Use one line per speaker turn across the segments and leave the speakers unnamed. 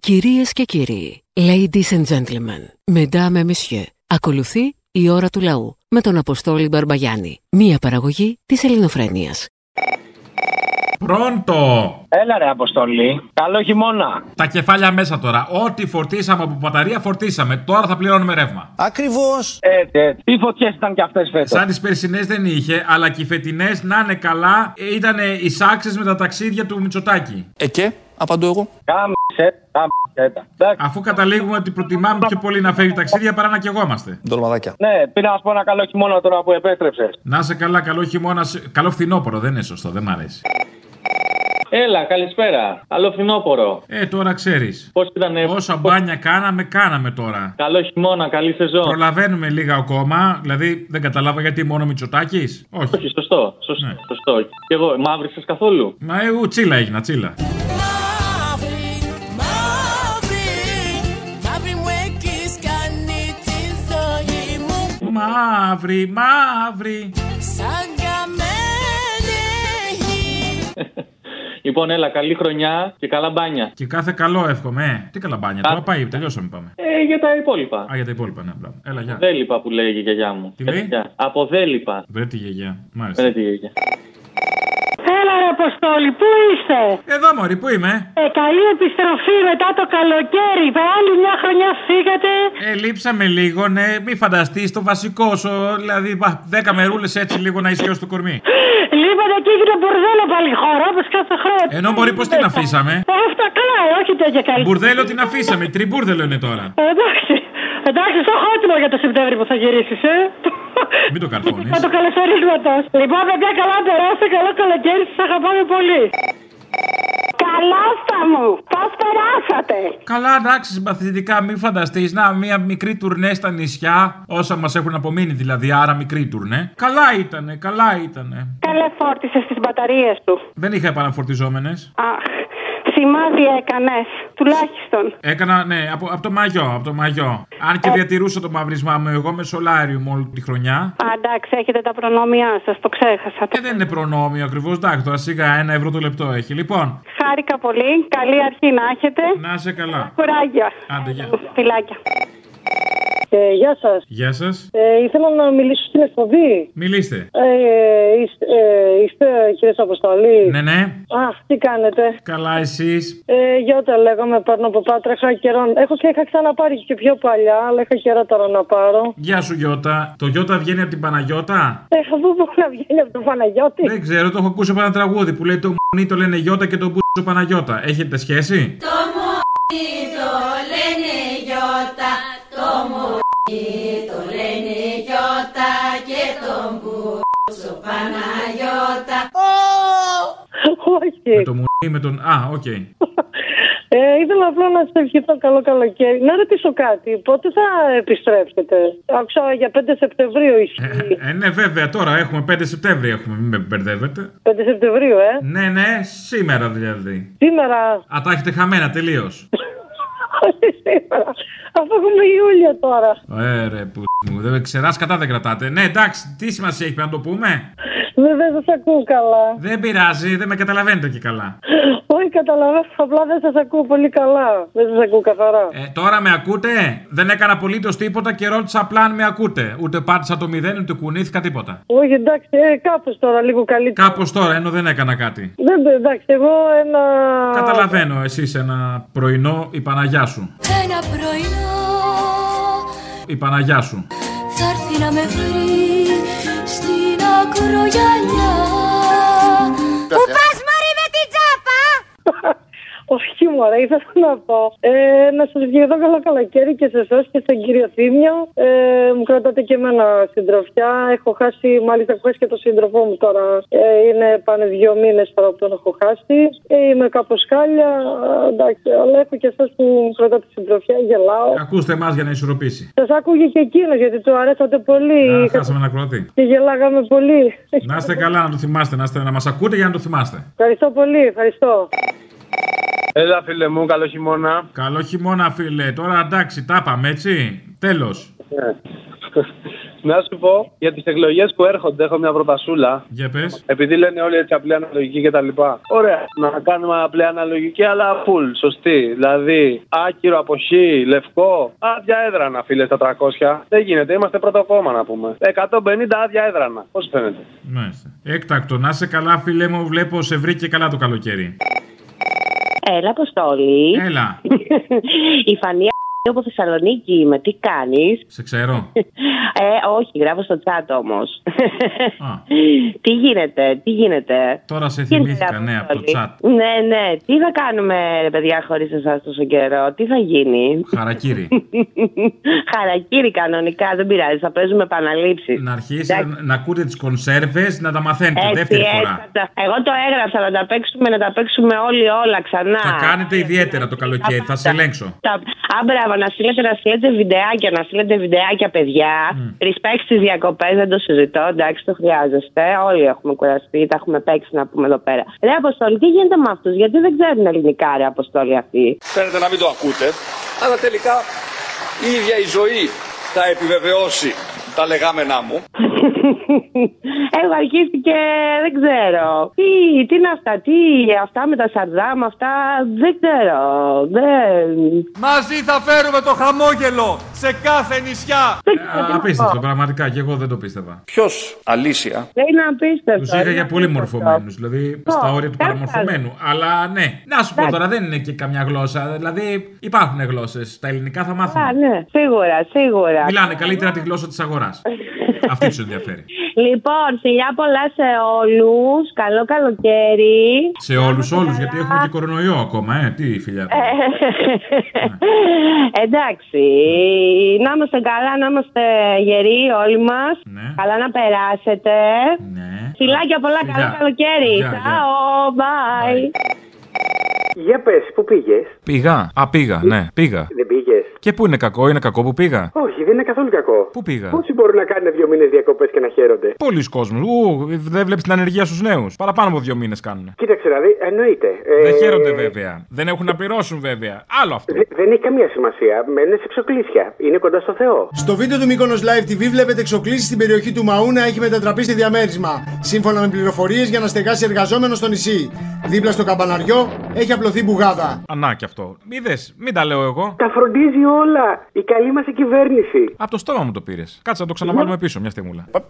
Κυρίες και κύριοι, ladies and gentlemen, mesdames et messieurs, ακολουθεί η ώρα του λαού με τον Αποστόλη Μπαρμπαγιάννη, μία παραγωγή της ελληνοφρένειας.
Πρόντο!
Έλα ρε Αποστολή. Καλό χειμώνα.
Τα κεφάλια μέσα τώρα. Ό,τι φορτίσαμε από μπαταρία φορτίσαμε. Τώρα θα πληρώνουμε ρεύμα.
Ακριβώς.
Ε,
Έτσι, έτσι. Τι φωτιές ήταν και αυτές φέτος.
Σαν τις περσινές δεν είχε, αλλά και οι φετινές να είναι καλά, ήταν οι σάξες με τα ταξίδια του Μητσοτάκη.
Ε, και, απαντώ εγώ.
Κάμισε, κάμισε τα. Εντάξει.
Αφού καταλήγουμε ότι προτιμάμε πιο πολύ να φεύγει ταξίδια παρά να κεγόμαστε.
Ντολμαδάκια.
Ναι, πήρα να σου πω ένα καλό χειμώνα τώρα που επέστρεψε.
Να σε καλά, καλό χειμώνα. σε- Καλό φθινόπωρο, δεν είναι σωστό, δεν μ' αρέσει.
Έλα, καλησπέρα. Καλό φθινόπωρο.
Ε, τώρα ξέρεις.
Πώς ήταν, ε,
Όσα
πώς-
μπάνια κάναμε, κάναμε τώρα.
Καλό χειμώνα, καλή σεζόν.
Προλαβαίνουμε λίγα ακόμα, δηλαδή δεν καταλάβα γιατί μόνο Μητσοτάκης. Όχι.
Όχι, σωστό. Σωστό.
Ναι.
σωστό. Και εγώ, μαύρησε καθόλου.
Μα εγώ τσίλα έγινα, τσίλα.
Μαύρη, μαύρη, μαύρη μου έχεις κάνει τη ζωή μου
Μαύρη, μαύρη.
σαν καμένη γη.
Λοιπόν, έλα, καλή χρονιά και καλά μπάνια.
Και κάθε καλό εύχομαι. ε. Τι καλαμπάνια, τώρα πάει, τελειώσαμε πάμε.
Ε, για τα υπόλοιπα.
Α, για τα υπόλοιπα, ναι, μπράβο. Έλα, γεια.
Δέλυπα που λέει η γιαγιά μου.
Τι λέει?
Ε, γεια. Από δέλυπα.
Βρε τη γιαγιά, μάλιστα.
Δεν τη γιαγιά.
Έλα ρε Αποστόλη, πού είστε.
Εδώ, Μωρή, πού είμαι.
Ε, καλή επιστροφή μετά το καλοκαίρι. Άλλη μια χρονιά φύγατε.
Ε, λείψαμε λίγο, ναι, μη φανταστείς το βασικό σου. Δηλαδή, μπα, δέκα μερούλες έτσι λίγο να ισχυώσει το κορμί.
Λείπατε και έγινε μπουρδέλο πάλι η χώρα, όπως κάθε χρόνο.
Ενώ μπορεί πω Λοιπόν, την αφήσαμε.
Ε, Αυτά καλά, ε, όχι τέτοια καλή.
Μπουρδέλο την αφήσαμε, τριμπούρδελο είναι τώρα.
Ε, εντάξει, εντάξει, στο χώτινο για το Σεπτέμβριο που θα γυρίσεις, ε.
Μην το καρφώνεις.
Με το καλωσορίσματος. Λοιπόν, παιδιά, καλά περάστε, καλό καλοκαίρι, σας αγαπάμε πολύ. Καλάστα μου, πώς περάσατε.
Καλά, εντάξει, συμπαθητικά, μην φανταστείς. Να, μία μικρή τουρνέ στα νησιά. Όσα μας έχουν απομείνει δηλαδή, άρα μικρή τουρνέ. Καλά ήτανε, καλά ήτανε.
Καλές φόρτισες τις μπαταρίες του.
Δεν είχα επαναφορτιζόμενες.
Αχ, σημάδι έκανες, τουλάχιστον.
Έκανα, ναι, από, από το μαγιό, από το μαγιό. Αν
Ε.
και διατηρούσα το μαύρισμά μου εγώ με σολάριου όλη τη χρονιά.
Α, εντάξει, έχετε τα προνόμια σας, το ξέχασα.
Και δεν είναι προνόμιο ακριβώς, εντάξει, τώρα σιγά ένα ευρώ το λεπτό έχει. Λοιπόν,
Χάρηκα πολύ, καλή αρχή να έχετε.
να είσαι καλά.
Κουράγια.
Άντε, γεια.
Φιλάκια.
Ε, γεια σας.
Γεια σας.
Ε, ήθελα να μιλήσω στην εκπομπή.
Μιλήστε.
Ε, είστε, ε, είστε κύριε Αποστολή.
Ναι, ναι.
Αχ, τι κάνετε.
Καλά, εσείς.
Ε, Γιώτα λέγομαι, παίρνω από πάτρα. Είχα καιρό. Έχω και είχα ξαναπάρει και πιο παλιά, αλλά είχα καιρό τώρα να πάρω.
Γεια σου, Γιώτα. Το Γιώτα βγαίνει από την Παναγιώτα.
Ε, αφού μπορεί να βγαίνει από τον Παναγιώτη.
Δεν ξέρω, το έχω ακούσει από ένα τραγούδι που λέει το μουνί το λένε Γιώτα και το μπουτσο Παναγιώτα. Έχετε σχέση?
Τι το λένε γιώτα, το μωρί το λένε γιώτα και τον κουρσο Παναγιώτα.
Με
Όχι.
το μουνί με τον. Α, οκ.
Ε, ήθελα απλά να σα ευχηθώ καλό καλοκαίρι. Να ρωτήσω κάτι. Πότε θα επιστρέψετε. Άκουσα για 5 Σεπτεμβρίου ισχύει.
Ε, ναι, βέβαια, τώρα έχουμε 5 Σεπτέμβρη, έχουμε, μην με μπερδεύετε.
5 Σεπτεμβρίου, ε.
Ναι, ναι, σήμερα δηλαδή.
Σήμερα.
Α, τα έχετε χαμένα τελείως.
Όχι σήμερα. Αφού έχουμε Ιούλιο τώρα.
Ε, ρε, που μου, δεν ξεράς κατά δεν κρατάτε. Ναι, εντάξει, τι σημασία έχει πρέπει να το πούμε.
Δεν δεν σας ακούω καλά.
Δεν πειράζει, δεν με καταλαβαίνετε και καλά.
Όχι, καταλαβαίνω. Απλά δεν σας ακούω πολύ καλά. Δεν σας ακούω καθαρά.
Ε, τώρα με ακούτε, δεν έκανα απολύτως τίποτα και ρώτησα απλά αν με ακούτε. Ούτε πάτησα το μηδέν, ούτε κουνήθηκα τίποτα.
Όχι, εντάξει, ε, κάπως τώρα λίγο καλύτερα.
Κάπως τώρα, ενώ δεν έκανα κάτι.
Δεν το εντάξει, εγώ ένα.
Καταλαβαίνω, εσύ ένα πρωινό η Παναγιά σου.
Ένα πρωινό
Η Παναγιά σου.
θα έρθει να με βρει στην ακρογιαλιά. Πού πας μωρή με την τσάπα!
Όχι, μωρέ, ήθελα να πω. Ε, να σας ευχηθώ καλό καλοκαίρι και σε εσάς και στον κύριο Θήμιο. Ε, μου κρατάτε και εμένα συντροφιά. Έχω χάσει, μάλιστα, έχω χάσει και τον σύντροφό μου τώρα. Ε, είναι πάνε δύο μήνες τώρα που τον έχω χάσει. Ε, είμαι κάπως χάλια. Ε, εντάξει, αλλά έχω και εσάς που μου κρατάτε συντροφιά. Γελάω.
Ακούστε εμάς για να ισορροπήσει.
Σας άκουγε και εκείνος γιατί του αρέσατε πολύ.
Α, χάσαμε ένα κροατή.
Και γελάγαμε πολύ.
Να είστε καλά, να το θυμάστε, να, είστε, να μας ακούτε για να το θυμάστε.
Ευχαριστώ πολύ, ευχαριστώ.
Έλα, φίλε μου, καλό χειμώνα.
Καλό χειμώνα, φίλε. Τώρα εντάξει, τα πάμε έτσι. Τέλος.
Ε, Να σου πω για τις εκλογές που έρχονται, έχω μια προτασούλα.
Για πες.
Επειδή λένε όλοι έτσι απλή αναλογική κτλ. Ωραία, να κάνουμε απλή αναλογική, αλλά full, σωστή. Δηλαδή, άκυρο από χ, λευκό. Άδεια έδρανα, φίλε, στα 300. Δεν γίνεται, είμαστε πρώτο κόμμα να πούμε. 150 άδεια έδρανα. Πώς φαίνεται.
Μάλιστα. Έκτακτο, να είσαι καλά, φίλε μου. Βλέπω σε βρήκε καλά το καλοκαίρι.
Έλα, Αποστόλη.
Έλα,
Η Φανία από Θεσσαλονίκη είμαι. Τι κάνεις.
σε ξέρω.
Ε, όχι, γράφω στο chat όμως.
Α,
τι γίνεται, τι γίνεται.
τώρα σε
Τι
θυμήθηκα,
γίνεται,
ναι, από το
Αποστόλη?
chat.
Ναι, ναι. Τι θα κάνουμε, ρε παιδιά, χωρίς εσάς τόσο καιρό. Τι θα γίνει.
Χαρακύρι.
Χαρακύρι κανονικά, δεν πειράζει. Θα παίζουμε επαναλήψεις.
να αρχίσετε να- να ακούτε τις κονσέρβες, να τα μαθαίνετε δεύτερη
θα
φορά.
τα- Εγώ το έγραψα να τα παίξουμε, να τα παίξουμε όλοι όλα ξανά.
Θα κάνετε ιδιαίτερα το καλοκαίρι, θα σε ελέγξω.
Τα... Α, μπράβο, να στείλετε, να στείλετε βιντεάκια, να στείλετε βιντεάκια, παιδιά. Mm. Respect στις διακοπές, δεν το συζητώ. Εντάξει, το χρειάζεστε. Όλοι έχουμε κουραστεί, τα έχουμε παίξει να πούμε εδώ πέρα. Ρε Αποστόλη, τι γίνεται με αυτούς, γιατί δεν ξέρουν ελληνικά, ρε Αποστόλη αυτοί.
Φαίνεται να μην το ακούτε, αλλά τελικά η ίδια η ζωή θα επιβεβαιώσει τα λεγάμενά μου.
Έχω αρχίσει και δεν ξέρω. Τι, τι είναι αυτά, τι, αυτά με τα σαρδάμ, αυτά δεν ξέρω. Δεν,
Μαζί θα φέρουμε το χαμόγελο σε κάθε νησιά.
δεν
Α,
λοιπόν.
ξέρω τι να
Ε, Απίστευτο,
πω.
πραγματικά και εγώ δεν το πίστευα.
Ποιος, αλήθεια.
Δεν Ε, είναι απίστευτο.
Τους είχα
είναι
για πολύ
απίστευτο.
μορφωμένους, δηλαδή
Ω,
στα όρια του
καλά.
παραμορφωμένου. Αλλά ναι, να σου πω τώρα, δεν είναι και καμιά γλώσσα. Δηλαδή υπάρχουν γλώσσες. Τα ελληνικά θα
Α,
μάθουμε.
ναι, σίγουρα, σίγουρα.
Μιλάνε καλύτερα τη γλώσσα της αγοράς. Αυτή τους ενδιαφέρει.
Λοιπόν, φιλιά πολλά σε όλους. Καλό καλοκαίρι.
Σε όλους, όλου, γιατί έχουμε και κορονοϊό ακόμα, ε. Τι φιλιά. τώρα.
Ε, Εντάξει, να είμαστε καλά, να είμαστε γεροί όλοι μας
Ναι.
Καλά να περάσετε.
Ναι.
Φιλάκια πολλά,
Φιλιά.
καλό καλοκαίρι.
Γεια, γεια.
Τσαο, bye.
Για πες, πού πήγες.
Πήγα. Α, πήγα, ναι, πήγα.
Δεν πήγες.
Και πού είναι κακό, είναι κακό που πήγα.
Όχι, δεν είναι καθόλου κακό.
Πού πήγα.
Πόσοι μπορούν να κάνουν δύο μήνες διακοπές και να χαίρονται.
Πολλοί κόσμοι. Ου, δεν βλέπεις την ανεργία στους νέους. Παραπάνω από δύο μήνες κάνουν.
Κοίταξε να δει, εννοείται. Ε,
Δεν χαίρονται βέβαια. Δεν έχουν να πληρώσουν βέβαια. Άλλο αυτό.
δε- δεν έχει καμία σημασία. Μένουν σε ψοκλήσια. Είναι κοντά στο Θεό.
Στο βίντεο του Μύκονος Live TV βλέπετε εξοκλήσεις στην περιοχή του Μαούνα έχει μετατραπεί σε διαμέρισμα. Σύμφωνα με πληροφορίες για να στεγάσει εργαζόμενο στο νησί. Δίπλα στο καμπαναριό έχει απλωθεί μπουγάδα.
Ανά και αυτό. Είδες, μην τα λέω εγώ.
Τα φροντίζει όλα. Η καλή μας κυβέρνηση. Ναι.
Από το στόμα μου το πήρες. Κάτσε να το ξαναβάλουμε πίσω μια στιγμούλα.
Οπ.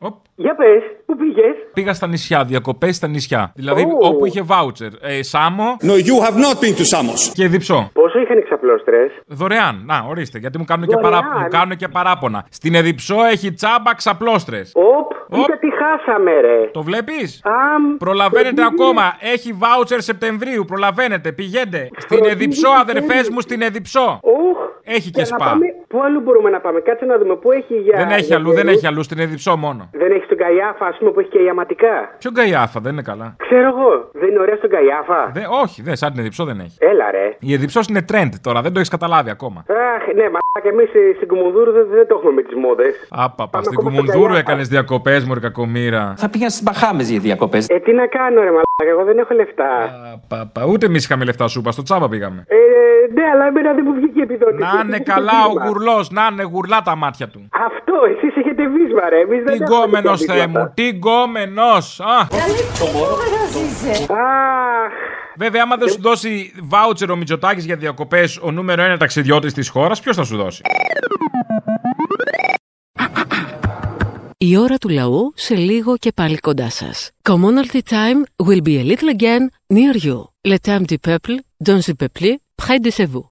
Οπ.
Για πες, πού πήγες.
Πήγα στα νησιά, διακοπές στα νησιά. Δηλαδή
Ου.
όπου είχε βάουτσερ. Ε, Σάμο
No, you have not been to Samos.
και διψό.
Πόσο είχαν εξαπλώστρες.
Δωρεάν. Να, ορίστε, γιατί μου κάνουν, και,
Δωρεάν.
παρά... μου κάνουν και παράπονα. Στην Εδιψό έχει τσάμπα ξαπλώστρες.
Οπ.
Οπ.
Κοίτα τι χάσαμε, ρε.
Το βλέπεις.
Αμ.
Προλαβαίνετε
φροντίζει-
ακόμα. Έχει βάουτσερ Σεπτεμβρίου. Προλαβαίνετε. Πηγαίνετε. Στην
Φροντίζει
Εδιψό,
η
αδερφέ
κυβέρνηση.
μου, στην Εδιψό.
Οχ.
Έχει και
Για να
σπα.
πάμε- Πού αλλού μπορούμε να πάμε, κάτσε να δούμε. Πού έχει για.
Δεν έχει
για
αλλού, δεν
καιρούς.
έχει αλλού. Στην Εδιψό μόνο.
Δεν έχει τον Καϊάφα, ας πούμε, που έχει και ιαματικά.
Ποιο γκαϊάφα, δεν είναι καλά.
Ξέρω εγώ, δεν είναι ωραία στον Καϊάφα.
Δε, όχι, δε, σαν την Εδιψό δεν έχει.
Έλα ρε.
Η Εδιψό είναι trend τώρα, δεν το έχεις καταλάβει ακόμα.
Αχ, ναι, μα και εμείς στην Κουμουνδούρου δεν, δεν το έχουμε με τις μόδες.
Άπαπα,
Πάμε ακόμα
στην
στο
Κουμουνδούρου
Γκαϊάφα.
έκανες διακοπές, Μωρή κακομήρα.
Θα πήγαινα στις Μπαχάμες για διακοπές.
Ε, τι να κάνω, ρε μαλάκα, εγώ δεν έχω λεφτά.
Άπαπα, ούτε εμείς είχαμε λεφτά σούπα, στο τσάμπα πήγαμε.
Ε, ναι, αλλά εμένα δεν μου βγήκε η επιδότηση.
Να είναι
Είχε
καλά ο
βίσμα.
γουρλός, να είναι γουρλά τα μάτια του.
Αυτό, εσείς έχετε βίσμα, ρε. Εμείς δεν
Τι
έχουμε
γκόμενος,
τέτοια
Θεέ
βίσματα.
μου, τι γκόμενος.
Αχ,
Βέβαια, άμα δεν σου δώσει βάουτσερ ο Μητσοτάκης για διακοπές, ο νούμερο ένα ταξιδιώτης της χώρας, ποιος θα σου δώσει.
Η ώρα του λαού σε λίγο και πάλι κοντά σας. Commonalty time will be a little again near you. Le temps du peuple, dans le peuple, près de chez vous.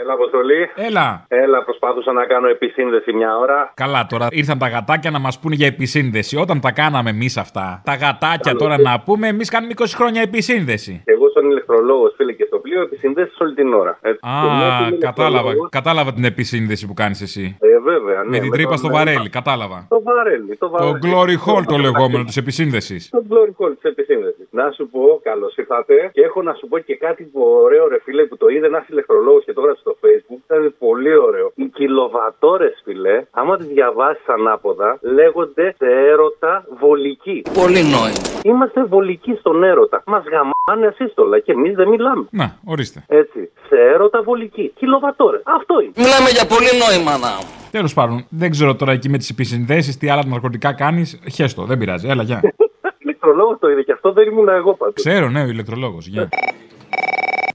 Έλα, Αποστολή.
Έλα.
Έλα, προσπάθουσα να κάνω επισύνδεση μια ώρα.
Καλά, τώρα ήρθαν τα γατάκια να μας πούνε για επισύνδεση. Όταν τα κάναμε εμείς αυτά, τα γατάκια τώρα να πούμε, εμείς κάνουμε 20 χρόνια επισύνδεση.
Εγώ στον ηλεκτρολόγος, φίλε και στο πλοίο, επισυνδέσεις όλη την ώρα. Ε,
Α,
και μια που είμαι
κατάλαβα,
ηλεκτρολόγος-
κατάλαβα την επισύνδεση που κάνεις εσύ.
ναι. Ε, βέβαια, ναι.
Με την
το-
τρύπα στο
ναι.
βαρέλι, κατάλαβα.
Το βαρέλι,
Το
το βαρέλι. Ε,
glory hole το λεγόμενο της επισύνδεσης.
Το glory hole της επισύνδεσης. Να σου πω, καλώς ήρθατε. Και έχω να σου πω και κάτι που ωραίο, ρε φίλε, που το είδε ένας ηλεκτρολόγος και τώρα στο facebook. Ήταν πολύ ωραίο. Οι κιλοβατόρες, φίλε, άμα τις διαβάσεις ανάποδα, λέγονται σε έρωτα βολική.
Πολύ νόημα.
Είμαστε βολικοί στον έρωτα. Μας γαμάνε ασύστολα και εμείς δεν μιλάμε.
Ναι,
Να, ορίστε.
Έτσι. Σε έρωτα βολική. Κιλοβατόρες. Αυτό είναι.
Μιλάμε για πολύ νόημα να.
Τέλος πάντων, δεν ξέρω τώρα εκεί με τις επισυνδέσεις τι άλλα ναρκωτικά κάνεις. Χέστο, δεν πειράζει. Έλα, γεια.
Ηλεκτρολόγος το είδε και αυτό δεν ήμουν εγώ πάντως.
Ξέρω, ναι, ο ηλεκτρολόγος. Γεια.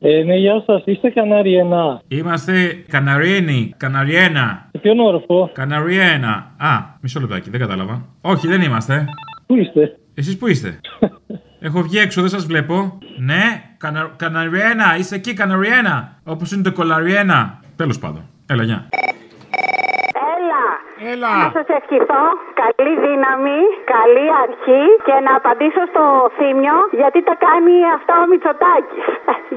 Ε, ναι, γεια σας, είστε Καναριένα.
Είμαστε Καναρίνοι, Καναριένα.
Σε ποιον όροφο?
Καναριένα. Α, μισό λεπτάκι, δεν κατάλαβα. Όχι, δεν είμαστε.
Πού είστε?
Εσείς που είστε. Έχω βγει έξω, δεν σας βλέπω. Ναι, Κανα... Καναριένα, είσαι εκεί, Καναριένα. Όπως είναι το Κολαριένα. Τέλος πάντων. Έλα, γεια.
Έλα.
Έλα.
Να σας ευχηθώ καλή δύναμη, καλή αρχή και να απαντήσω στο θύμιο γιατί τα κάνει αυτά ο Μητσοτάκης.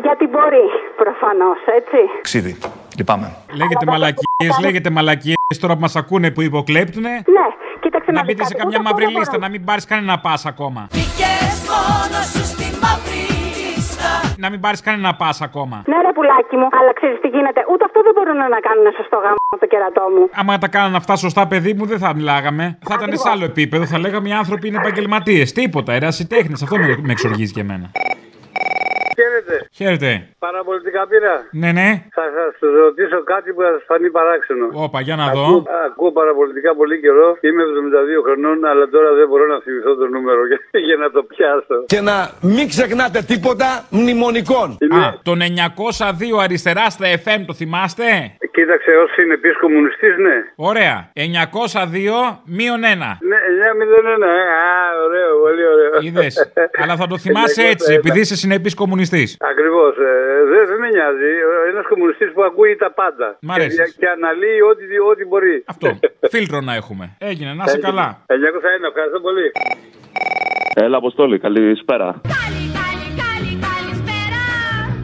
Γιατί μπορεί, προφανώς, έτσι.
Ξίδι. Λυπάμαι. Λέγεται μαλακίε, λέγεται μαλακίες τώρα που μας ακούνε που υποκλέπτουνε.
Ναι, κοίταξε
να μπείτε σε καμιά μαύρη λίστα, να μην πάρεις κανένα πα ακόμα.
μόνο σου στη μαύρη λίστα.
Να μην πάρεις κανένα πα ακόμα.
Ναι, ρε πουλάκι μου, αλλά ξέρεις τι γίνεται. Ούτε αυτό δεν μπορούν να κάνουν σωστό γάμο το κερατό μου.
Άμα τα κάνανε αυτά σωστά, παιδί μου, δεν θα μιλάγαμε. Θα ήταν σε άλλο επίπεδο, θα λέγαμε οι άνθρωποι είναι επαγγελματίες. Τίποτα, ερασιτέχνε. Αυτό με, με εξοργίζει και εμένα.
Χαίρετε.
Χαίρετε.
Παραπολιτικά πήρα.
Ναι, ναι.
Θα σας ρωτήσω κάτι που θα σα φανεί παράξενο.
Όπα, για να
Ακούω,
δω.
ακούω παραπολιτικά πολύ καιρό. Είμαι 72 χρονών, αλλά τώρα δεν μπορώ να θυμηθώ το νούμερο για, για να το πιάσω.
Και να μην ξεχνάτε τίποτα μνημονικών.
Α, τον 902 αριστερά στα FM το θυμάστε.
Κοίταξε, ω συνεπή κομμουνιστής, ναι.
Ωραία. 902 μείον 1.
Ναι, 901. ε, Α, ωραίο, πολύ ωραίο. Ναι,
Είδες. Αλλά θα το θυμάσαι έτσι, επειδή είσαι συνεπής κομμουνιστής.
Ακριβώς. ναι. ε. δεν δεν με νοιάζει. Ένας κομμουνιστής που ακούει τα πάντα.
Μ' αρέσει.
Και, και αναλύει ό,τι, ό,τι μπορεί.
Αυτό. Φίλτρο να έχουμε. Έγινε, να είσαι καλά.
901, ευχαριστώ πολύ.
Έλα, Αποστόλη, καλησπέρα.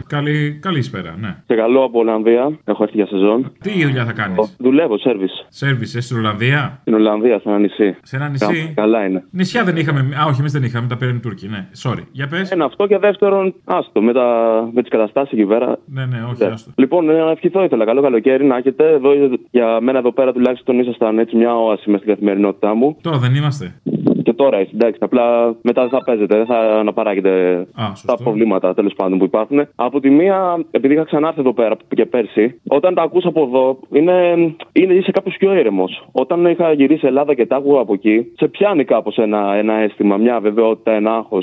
Καλή, καλησπέρα, ναι.
Σε καλό από Ολλανδία. Έχω έρθει για σεζόν.
Τι δουλειά θα κάνεις.
Δουλεύω, σερβι.
Σέρβισε στην Ολλανδία.
Στην Ολλανδία, σε ένα νησί.
Σε ένα νησί.
Κα- Καλά είναι.
Νησιά δεν είχαμε. Α, όχι, εμείς δεν είχαμε. Τα παίρνουν οι Τούρκοι, ναι. Sorry. Για πες.
Ένα αυτό και δεύτερον, άστο με, τα... με τις καταστάσεις εκεί πέρα.
Ναι, ναι, όχι,
Ναι.
άστο.
Λοιπόν, ε, να ευχηθώ ήθελα. Καλό καλοκαίρι να έχετε. Εδώ, για μένα εδώ πέρα τουλάχιστον ήσασταν έτσι μια όαση μες στην καθημερινότητά μου.
Τώρα δεν είμαστε.
Και τώρα είσαι, εντάξει. Απλά μετά δεν θα παίζετε, δεν θα αναπαράγετε τα προβλήματα τέλος πάντων που υπάρχουν. Από τη μία, επειδή είχα ξανάρθει εδώ πέρα και πέρσι, όταν τα ακούσα από εδώ, είναι, είναι είσαι κάπω πιο ήρεμος. Όταν είχα γυρίσει Ελλάδα και τα άκουγα από εκεί, σε πιάνει κάπως ένα, ένα αίσθημα, μια βεβαιότητα, ένα άγχος.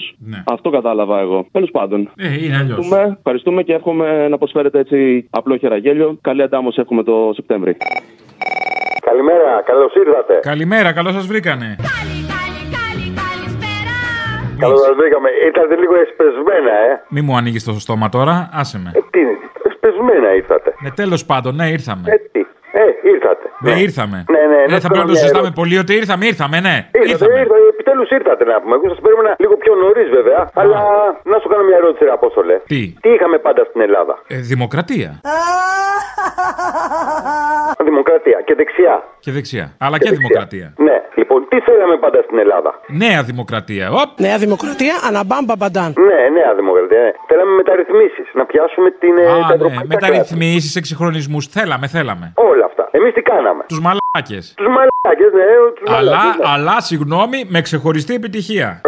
Αυτό κατάλαβα εγώ. Τέλος πάντων.
Ε, είναι αλλιώς.
Ευχαριστούμε, ευχαριστούμε και εύχομαι να προσφέρετε έτσι απλό χεραγέλιο. Καλή αντάμωση εύχομαι το Σεπτέμβρη.
Καλημέρα, καλώς ήρθατε.
Καλημέρα, καλώς σας βρήκανε.
Καλώ σα βρήκαμε. Ήρθατε λίγο εσπεσμένα, ε.
Μη μου ανοίγεις το στόμα τώρα, άσε με.
Τι, εσπεσμένα ήρθατε.
Ναι, τέλος πάντων, ναι, ήρθαμε.
Έτσι. Ε, ήρθατε.
Ναι, ήρθαμε.
Ναι, ναι,
ναι θα πρέπει να το συζητάμε πολύ ότι ήρθαμε, ήρθαμε, ναι.
Ήρθατε, ήρθατε, επιτέλους ήρθατε να πούμε. Εγώ σας περίμενα λίγο πιο νωρίς βέβαια. Αλλά να σου κάνω μια ερώτηση, ρε Απόστολε.
Τι?
Τι είχαμε πάντα στην Ελλάδα.
Ε, δημοκρατία
Δημοκρατία και δεξιά.
και δεξιά. Αλλά και δημοκρατία.
Ναι, λοιπόν, τι θέλαμε πάντα στην Ελλάδα.
Νέα δημοκρατία. Οπ.
Νέα Δημοκρατία, αναμπάμπα μπαντάν. Ναι, Νέα Δημοκρατία. Ναι. Θέλαμε μεταρρυθμίσεις, να πιάσουμε την. ε, τα
Α, ναι.
ευρωπαϊκά κράτη.
Μεταρρυθμίσεις, εξυγχρονισμούς. Θέλαμε, θέλαμε.
Όλα αυτά. Εμείς τι κάναμε.
Τους μαλάκες.
Τους μαλάκες, ναι, τους
Αλλά, αλλά, συγγνώμη, με ξεχωριστή επιτυχία.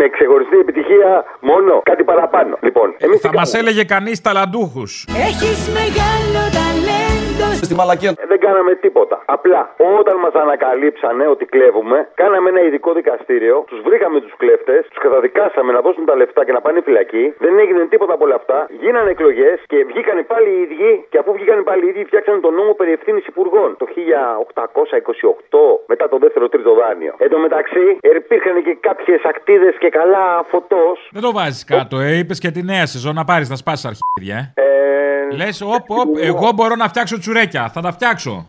Με ξεχωριστή επιτυχία μόνο. Κάτι παραπάνω. Λοιπόν, εμείς
Ε, Θα μα έλεγε κανείς ταλαντούχους.
Έχεις μεγάλο ταλέντο
Στη μαλακία. Ε, Δεν κάναμε τίποτα. Απλά όταν μας ανακαλύψανε ότι κλέβουμε, κάναμε ένα ειδικό δικαστήριο, τους βρήκαμε τους κλέφτες, τους καταδικάσαμε να δώσουν τα λεφτά και να πάνε φυλακή. Δεν έγινε τίποτα από όλα αυτά. Γίνανε εκλογές και βγήκαν πάλι οι ίδιοι. Και αφού βγήκαν πάλι οι ίδιοι, φτιάξανε τον νόμο περί ευθύνης υπουργών το 1828 μετά το δεύτερο τρίτο δάνειο. Εν τω μεταξύ, υπήρχαν και κάποιες ακτίδες και καλά φωτός.
Δεν το βάζεις κάτω, ε. Είπες και τη νέα σεζόν να πάρεις να σπάσεις αρχίδια. Ε. Λες, όπ, όπ, εγώ μπορώ να φτιάξω τσουρέκια. Θα τα φτιάξω.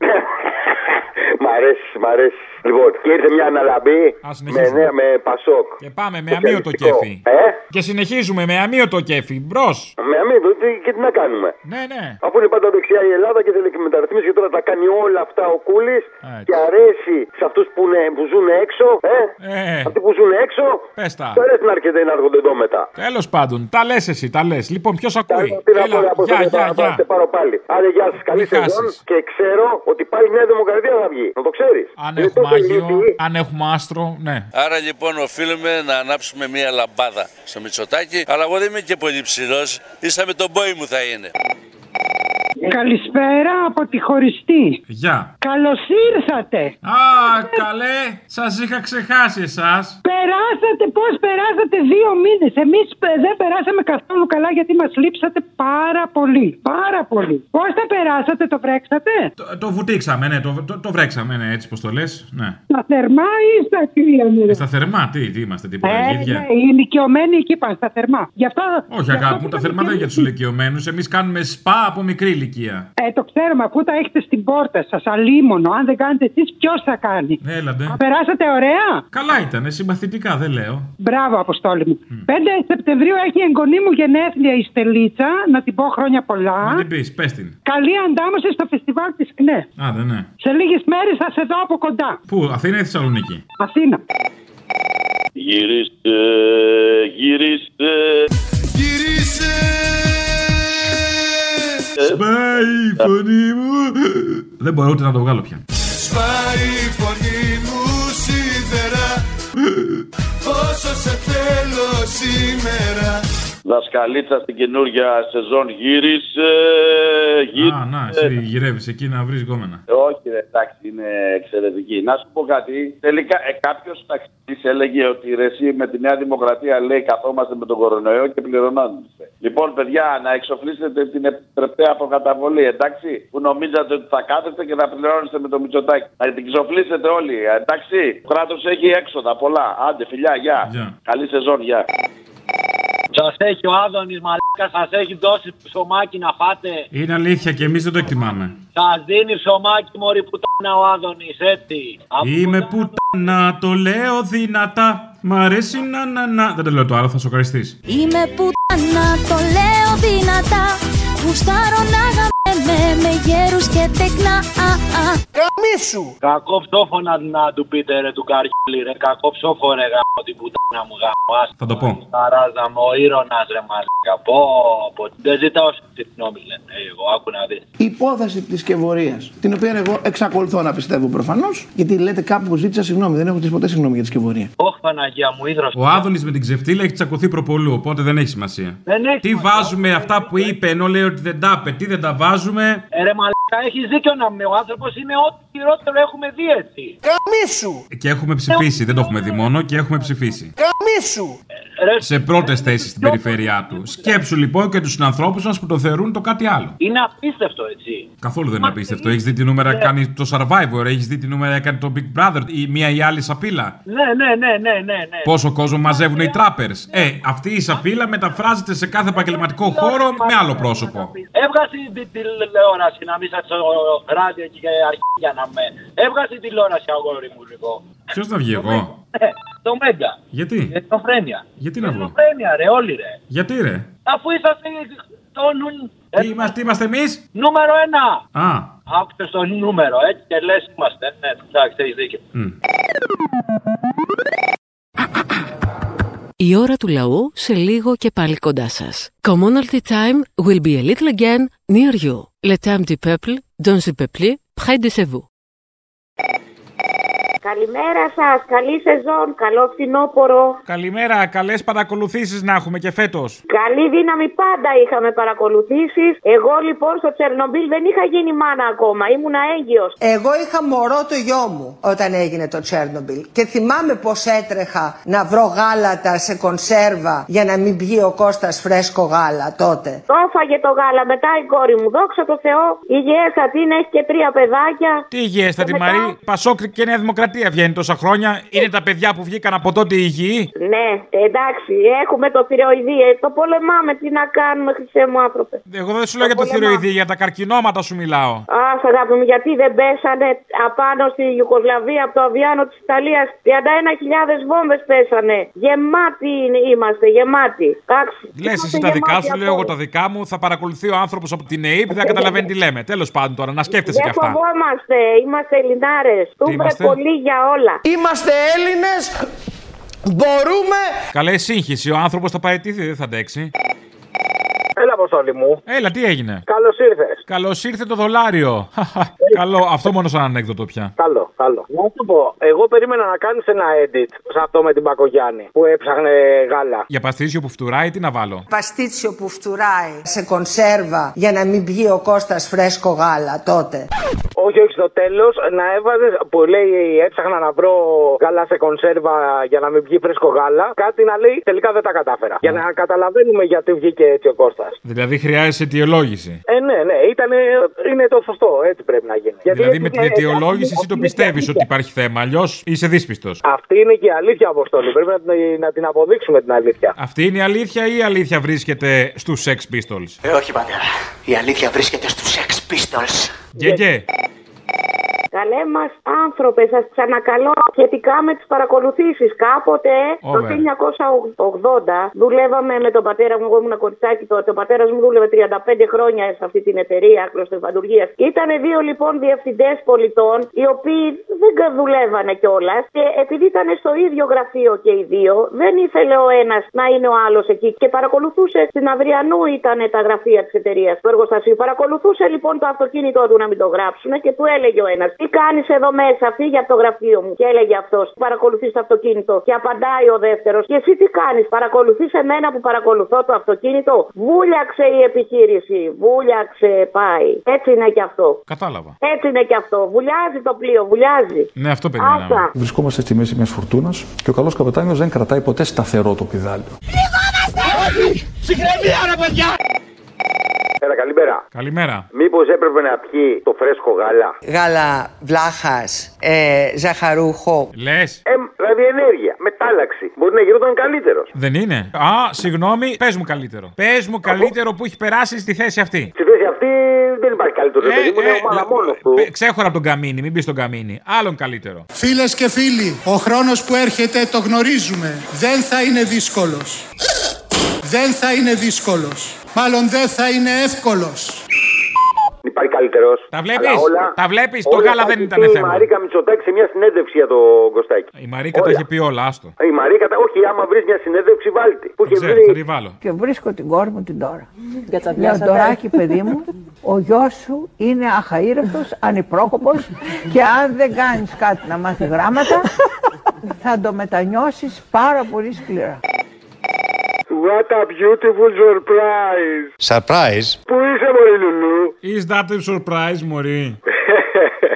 Μ' αρέσει, μ' αρέσει. Λοιπόν, και ήρθε μια αναλαμπή με,
συνεχίσουμε.
ναι, με Πασόκ.
Και πάμε με αμύωτο κέφι.
Ε?
Και συνεχίζουμε με αμύωτο κέφι. Μπρος.
Με αμύωτο, τι- και τι να κάνουμε.
Ναι, ναι.
Αφού είναι πάντα δεξιά η Ελλάδα και θέλει και μεταρρυθμίσεις και τώρα τα κάνει όλα αυτά ο Κούλης
Ε,
και αρέσει σε αυτούς που, είναι- που ζουν έξω. Ε?
Ε.
Αυτοί που ζουν έξω,
Πες τα.
του αρέσει να έρχεται να έρχονται εδώ μετά.
Τέλος πάντων, τα λες εσύ, τα λες. Λοιπόν, ποιος ακούει.
Τι να πω, να πω,
γεια,
θα
γεια,
θα
γεια.
σε πάρω πάλι. Άρα, γεια σας, καλή σεζόν
χάσεις.
και ξέρω ότι πάλι η Νέα Δημοκρατία θα βγει. Να το ξέρεις.
Αν έχουμε άγιο, αν έχουμε άστρο, ναι.
Άρα λοιπόν οφείλουμε να ανάψουμε μία λαμπάδα στο Μητσοτάκι. Αλλά εγώ δεν είμαι και πολύ ψηλός. Ίσα με τον πόη μου θα είναι.
Καλησπέρα από τη χωριστή.
Γεια.
Καλώς ήρθατε.
Α, καλέ, σας είχα ξεχάσει εσάς.
Περάσατε, πώς περάσατε δύο μήνες. Εμείς δεν περάσαμε καθόλου καλά γιατί μας λείψατε πάρα πολύ. Πάρα πολύ. Πώς τα περάσατε, το βρέξατε.
Το, το βουτήξαμε, ναι, το, το, το βρέξαμε, ναι, έτσι πώ το λες. Ναι.
Στα θερμά ή στα κρύα, ναι.
Ε, Στα θερμά, τι, τι είμαστε, τίποτα.
Ε,
γίδια.
ναι, οι ηλικιωμένοι εκεί πάνε στα θερμά. Γι' αυτό.
Όχι, αγάπη μου, τα θερμά δεν είναι για τους ηλικιωμένους. Εμείς κάνουμε σπα από μικρή ηλικία.
Ε, το ξέρουμε, αφού τα έχετε στην πόρτα σας, αλίμονο. Αν δεν κάνετε εσείς, ποιος θα κάνει.
Έλατε.
Ε, Α, περάσατε ωραία.
Καλά ήταν, συμπαθητικά, δεν λέω.
Μπράβο, Αποστόλη μου. 5 Σεπτεμβρίου έχει η εγγονή μου γενέθλια η Στελίτσα, να την πω χρόνια πολλά.
Να την πεις, πες την.
Καλή αντάμωση στο φεστιβάλ της ΚΝΕ.
Άντε, ναι.
Σε λίγες μέρες θα σε δω από κοντά.
Πού, Αθήνα ή Θεσσαλονίκη.
Αθήνα.
Γυρίστε, γυρίστε.
Γυρίστε.
Σπάει η φωνή μου. Δεν μπορώ ούτε να το βγάλω πια.
Σπάει η φωνή μου σίδερα. Πόσο σε θέλω σήμερα.
Δασκαλίτσα στην καινούργια σεζόν γύρισε. γύρισε.
Α, να, εσύ γυρεύεις εκεί να βρεις γκόμενα.
Ε, όχι, ρε, εντάξει, είναι εξαιρετική. Να σου πω κάτι. Τελικά, ε, κάποιος ταξιτή έλεγε ότι ρε, εσύ με τη Νέα Δημοκρατία λέει καθόμαστε με τον κορονοϊό και πληρωνόμαστε. Λοιπόν, παιδιά, να εξοφλήσετε την επιτρεπτέα αποκαταβολή, εντάξει. Που νομίζατε ότι θα κάθεστε και θα πληρώνεστε με το μυτσοτάκι. Να την εξοφλήσετε όλοι, εντάξει. Ο κράτος έχει έξοδα πολλά. Άντε, φιλιά, γεια.
Yeah.
Καλή σεζόν, γεια.
Σας έχει ο Άδωνης Μαλάκα, σας έχει δώσει ψωμάκι να φάτε.
Είναι αλήθεια και εμείς δεν το εκτιμάμε.
Σας δίνει ψωμάκι, Μωρή πουτάνα ο Άδωνης, έτσι.
Είμαι πουτάνα, το λέω δυνατά. Μ' αρέσει να να να. Δεν το λέω το άλλο, θα σοκαριστείς.
Είμαι πουτάνα, το λέω δυνατά. Γουστάρω να γαμμέ με γέρους και τεκνά.
Καμίσου! Κακό ψόφο να, να του πείτε ρε του καρχίλη ρε. Κακό ψόφο ρε γάμο την πουτάνα μου γάμο. Ας
Θα το πω.
Ταράζα μου, ο ήρωνας ρε μαλάκα. Πω, πω. Δεν ζητάω συγγνώμη λένε. ε, Εγώ άκου να δεις.
Η υπόθεση της σκευωρία, την οποία εγώ εξακολουθώ να πιστεύω προφανώς, γιατί λέτε κάπου που ζήτησα συγγνώμη, δεν έχω ζητήσει ποτέ συγγνώμη για τη σκευωρία.
Όχι Παναγία μου, ίδρωσε.
Ο Άδωνης με την ξεφτύλα έχει τσακωθεί προπολού, οπότε δεν έχει σημασία.
Δεν έχει
Τι
σημασία.
βάζουμε αυτά που είπε ενώ λέει ότι δεν τα είπε, τι δεν τα βάζουμε.
Ε, ρε μαλάκα, έχεις δίκιο να με. Ο άνθρωπος είναι ό,τι χειρότερο έχουμε δει έτσι. Καμίσου!
Και έχουμε ψηφίσει, δεν το έχουμε δει μόνο και έχουμε ψηφίσει.
Καμίσου! Ρε,
Σε πρώτες θέσεις στην περιφέρειά του. Σκέψου λοιπόν και τους συνανθρώπους μας που το θεωρούν το κάτι άλλο.
είναι απίστευτο έτσι.
Καθόλου δεν είναι απίστευτο. Έχεις δει τι νούμερα
Ναι.
κάνει το Survivor, έχεις δει τι νούμερα έκανε το Big Brother, η μία ή η άλλη σαπίλα.
Ναι, ναι, ναι, ναι, ναι. ναι.
Πόσο κόσμο μαζεύουν οι trappers. Ε, αυτή η σαπίλα μεταφράζεται σε κάθε
Ε,
επαγγελματικό χώρο με άλλο πρόσωπο.
Έβγαζε την τηλεόραση να μην σα ράδιο και αρχίδια να με. Έβγαζε την τηλεόραση, αγόρι μου λίγο.
Ποιο θα βγει εγώ.
Ε, το Μέγκα.
Γιατί,
Ελληνοφρένεια.
γιατί να βγω.
Ελληνοφρένεια, ρε, όλοι ρε.
Γιατί ρε.
Αφού είσαστε το νου... ε,
Τι είμαστε, τι είμαστε εμείς.
νούμερο ένα.
Α,
Άκουσε το νούμερο, έτσι και λες είμαστε. Ναι, εντάξει, έχεις δίκιο.
Η ώρα του λαού σε λίγο και πάλι κοντά σας. Commonalty time will be a little again near you. Le temps du peuple, dans le peuple, près de chez vous.
Καλημέρα σας, καλή σεζόν, καλό φθινόπωρο.
Καλημέρα, καλές παρακολουθήσεις να έχουμε και φέτος.
Καλή δύναμη πάντα είχαμε παρακολουθήσεις. Εγώ λοιπόν στο Τσερνομπίλ δεν είχα γίνει μάνα ακόμα, ήμουνα έγκυος.
Εγώ είχα μωρό το γιο μου όταν έγινε το Τσέρνομπιλ και θυμάμαι πως έτρεχα να βρω γάλατα σε κονσέρβα για να μην πιει ο Κώστας φρέσκο γάλα τότε.
Το έφαγε το γάλα μετά η κόρη μου. Δόξα τω Θεώ, υγιέ Αθήνα έχει και τρία παιδάκια.
Τι υγιέ θα τη
μετά-
Μαρή, Πασόκρη και Νέα Δημοκρατία βγαίνει τόσα χρόνια. Είναι τα παιδιά που βγήκαν από τότε υγιή.
Ναι, εντάξει, έχουμε το θηροειδή, ε, το πολεμάμε. Τι να κάνουμε, χρυσέ μου άνθρωπε.
Εγώ δεν σου λέω για το θηροειδή, για τα καρκινόματα σου μιλάω.
Α, αγάπη μου, γιατί δεν πέσανε απάνω στη Ιουγκοσλαβία από το αβιάνο της Ιταλίας. 31.000 βόμβες πέσανε. Γεμάτοι είναι- είμαστε, γεμάτοι. Εντάξει.
Λες
είμαστε
εσύ τα δικά
γεμάτοι
σου,
από
λέω εγώ
όλα.
τα δικά μου. Θα παρακολουθεί ο άνθρωπος από την ΑΕΠ, δεν θα καταλαβαίνει τι λέμε. Τέλος πάντων τώρα, να σκέφτεσαι κι
Δεν
αυτά.
φοβόμαστε, είμαστε Ελληνάρες. Τούμε
είμαστε?
πολύ για όλα.
Είμαστε Έλληνες, μπορούμε.
Καλέ σύγχυση, ο άνθρωπος θα παραιτήθει, δεν θα αντέξει.
Έλα, Αποστολή μου.
Έλα, τι έγινε.
Καλώς ήρθες.
Καλώς ήρθε το δολάριο. Χαχα, Καλό, αυτό μόνο σαν ανέκδοτο πια.
Καλό. Άλλο. Να σου πω, εγώ περίμενα να κάνεις ένα edit σε αυτό με την Πακογιάννη που έψαχνε γάλα.
Για παστίτσιο που φτουράει, τι να βάλω.
Παστίτσιο που φτουράει σε κονσέρβα για να μην πιει ο Κώστας φρέσκο γάλα τότε.
Όχι, όχι, στο τέλος να έβαζες που λέει έψαχνα να βρω γάλα σε κονσέρβα για να μην βγει φρέσκο γάλα. Κάτι να λέει τελικά δεν τα κατάφερα. Για
Ναι.
να καταλαβαίνουμε γιατί βγήκε έτσι ο Κώστας.
Δηλαδή χρειάζεσαι αιτιολόγηση.
Ε, ναι, ναι, ήταν, είναι το σωστό. Έτσι πρέπει να γίνει. Γιατί
δηλαδή
έτσι
με την
είναι-
αιτιολόγηση εσύ το
ε,
πιστεύει ότι υπάρχει θέμα. Αλλιώς είσαι δύσπιστος.
Αυτή είναι και η αλήθεια, Αποστόλη. Πρέπει να, την- να την αποδείξουμε την αλήθεια.
Αυτή είναι η αλήθεια ή η αλήθεια βρίσκεται στους Sex Pistols.
Ε, όχι, πατέρα.
Η αλήθεια βρίσκεται στους Sex Pistols.
Γκέγκε.
Καλέ μας άνθρωπες, σας ξανακαλώ σχετικά με τις παρακολουθήσεις. Κάποτε το
Over.
1980 δουλεύαμε με τον πατέρα μου. Εγώ ήμουν κοριτσάκι τότε. Ο πατέρας μου δούλευε 35 χρόνια σε αυτή την εταιρεία κλωστοϊφαντουργία. Ήταν δύο λοιπόν διευθυντές πολιτών, οι οποίοι δεν κα- δουλεύανε κιόλας. Και επειδή ήταν στο ίδιο γραφείο και οι δύο, δεν ήθελε ο ένας να είναι ο άλλος εκεί. Και παρακολουθούσε στην Αυριανού ήταν τα γραφεία της εταιρείας του εργοστασίου. Παρακολουθούσε λοιπόν το αυτοκίνητό του να μην το γράψουν και του έλεγε ο ένας: Τι κάνεις εδώ μέσα, φύγε από το γραφείο μου. Και έλεγε αυτός: Παρακολουθείς το αυτοκίνητο. Και απαντάει ο δεύτερος: Και εσύ τι κάνεις, παρακολουθείς εμένα που παρακολουθώ το αυτοκίνητο. Βούλιαξε η επιχείρηση. Βούλιαξε, πάει. Έτσι είναι και αυτό.
Κατάλαβα.
Έτσι είναι και αυτό. Βουλιάζει το πλοίο, βουλιάζει.
Ναι, αυτό
Άστα.
Βρισκόμαστε στη μέση μιας φουρτούνας και ο καλός καπετάνιος δεν κρατάει ποτέ σταθερό το πιδάλιο.
Συγγνώμη, ρε παιδιά!
Έλα, καλημέρα.
Καλημέρα.
Μήπως έπρεπε να πιει το φρέσκο γάλα.
Γάλα βλάχας, ε, ζαχαρούχο.
Λες.
Ε, δηλαδή ενέργεια, μετάλλαξη. Μπορεί να γινόταν καλύτερος.
Δεν είναι. Α, συγγνώμη, πες μου καλύτερο. Πες μου καλύτερο που έχει περάσει στη θέση αυτή.
Στη θέση αυτή δεν υπάρχει καλύτερος.
Ε,
Ε, παιδί μου, είναι
ε,
ομάδα
λε-
μόνο
Πε- Ξέχωρα από τον καμίνι, μην πεις τον καμίνι. Άλλον καλύτερο.
Φίλες και φίλοι, ο χρόνος που έρχεται το γνωρίζουμε. Δεν θα είναι δύσκολος. Δεν θα είναι δύσκολος. Μάλλον δεν θα είναι εύκολος.
Υπάρχει καλύτερος. Τα
βλέπεις? Τα βλέπεις? Το γάλα δεν ήτανε θέμα.
Η Μαρίκα Μητσοτάκη σε μια συνέντευξη για τον Κωστάκη.
Η Μαρίκα τα
Όλα.
είχε πει όλα, άστο.
Η Μαρίκα, τα- όχι, άμα βρεις μια συνέντευξη, βάλτη. Που είχε
Ξέρω, θα τη
βρει.
βάλω.
Και βρίσκω την κόρη μου την τώρα. Λέω πιάσατε. Ντοράκι, παιδί μου, ο γιος σου είναι αχαήρευτος, ανυπρόκοπος και αν δεν κάνεις κάτι να μάθει γράμματα, θα το μετανιώσεις πάρα πολύ σκληρά.
What a beautiful surprise!
Surprise.
Πού είσαι, Μωρή Λουλού?
Is that a surprise, Μωρή.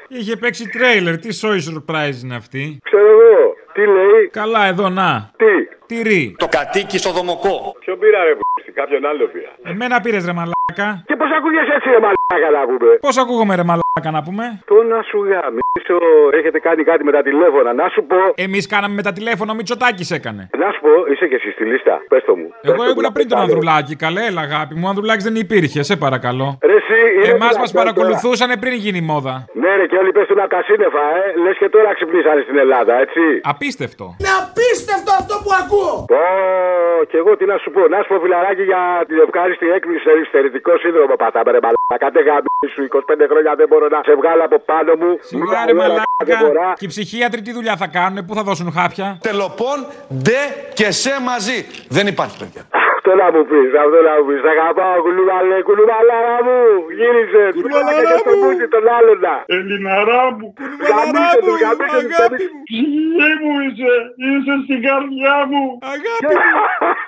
Είχε παίξει τρέιλερ. Τι soy surprise είναι αυτή.
Ξέρω εγώ. Τι λέει.
Καλά, εδώ να.
Τι.
Τυρί.
Το κατοίκι στο δομοκό. Ποιο πήρα, ρε π***, κάποιον άλλο πήρα.
Εμένα πήρες ρε μαλάκα.
Και πώς ακούγεσαι έτσι, ρε μαλάκα, να πούμε.
Πώς ακούγομαι ρε μαλάκα να πούμε.
Το να σου γαμίσω, έχετε κάνει κάτι με τα τηλέφωνα. Να σου πω.
Εμείς κάναμε με τα τηλέφωνα, ο Μητσοτάκης έκανε.
Να σου πω, είσαι και εσύ στη λίστα. Πες το μου.
Εγώ ήμουν πριν τον Ανδρουλάκη. Καλέ, έλα, αγάπη μου. Ο Ανδρουλάκης δεν υπήρχε, σε παρακαλώ.
Ρε, εσύ, είναι
Εμάς
δυνατόν
μα
τώρα.
παρακολουθούσαν πριν γίνει η μόδα.
Ναι, ρε, και όλοι πες του να τα σύννεφα, ε. Λες και τώρα ξυπνήσανε στην Ελλάδα, έτσι.
Απίστευτο.
Είναι απίστευτο αυτό που ακούω!
Ω, και εγώ τι να σου πω, να σου πω φιλαράκι για την ευχάριστη έκπληξη σε στερητικό σύνδρομο πατάμε ρε μαλάκα. Τε γαμί σου, 25 χρόνια δεν μπορώ να σε βγάλω από πάνω μου.
Σιγά ρε μαλάκα. Και οι ψυχίατροι τι δουλειά θα κάνουν, πού θα δώσουν χάπια.
Τελοπών, ντε και σε μαζί. Δεν υπάρχει, παιδιά.
Αυτό να μου πεις, αυτό να μου πεις. Θα αγαπάω κουλουβαλέ, κουλουβαλάρα μου. Γύρισε. Κουλουβαλάρα μου. Μουσι, τον άλλον να. Ελληναρά μου. Κουλουβαλάρα μου. Αγάπη μου. Ψυχή μου είσαι. Είσαι στην καρδιά μου. Αγάπη μου.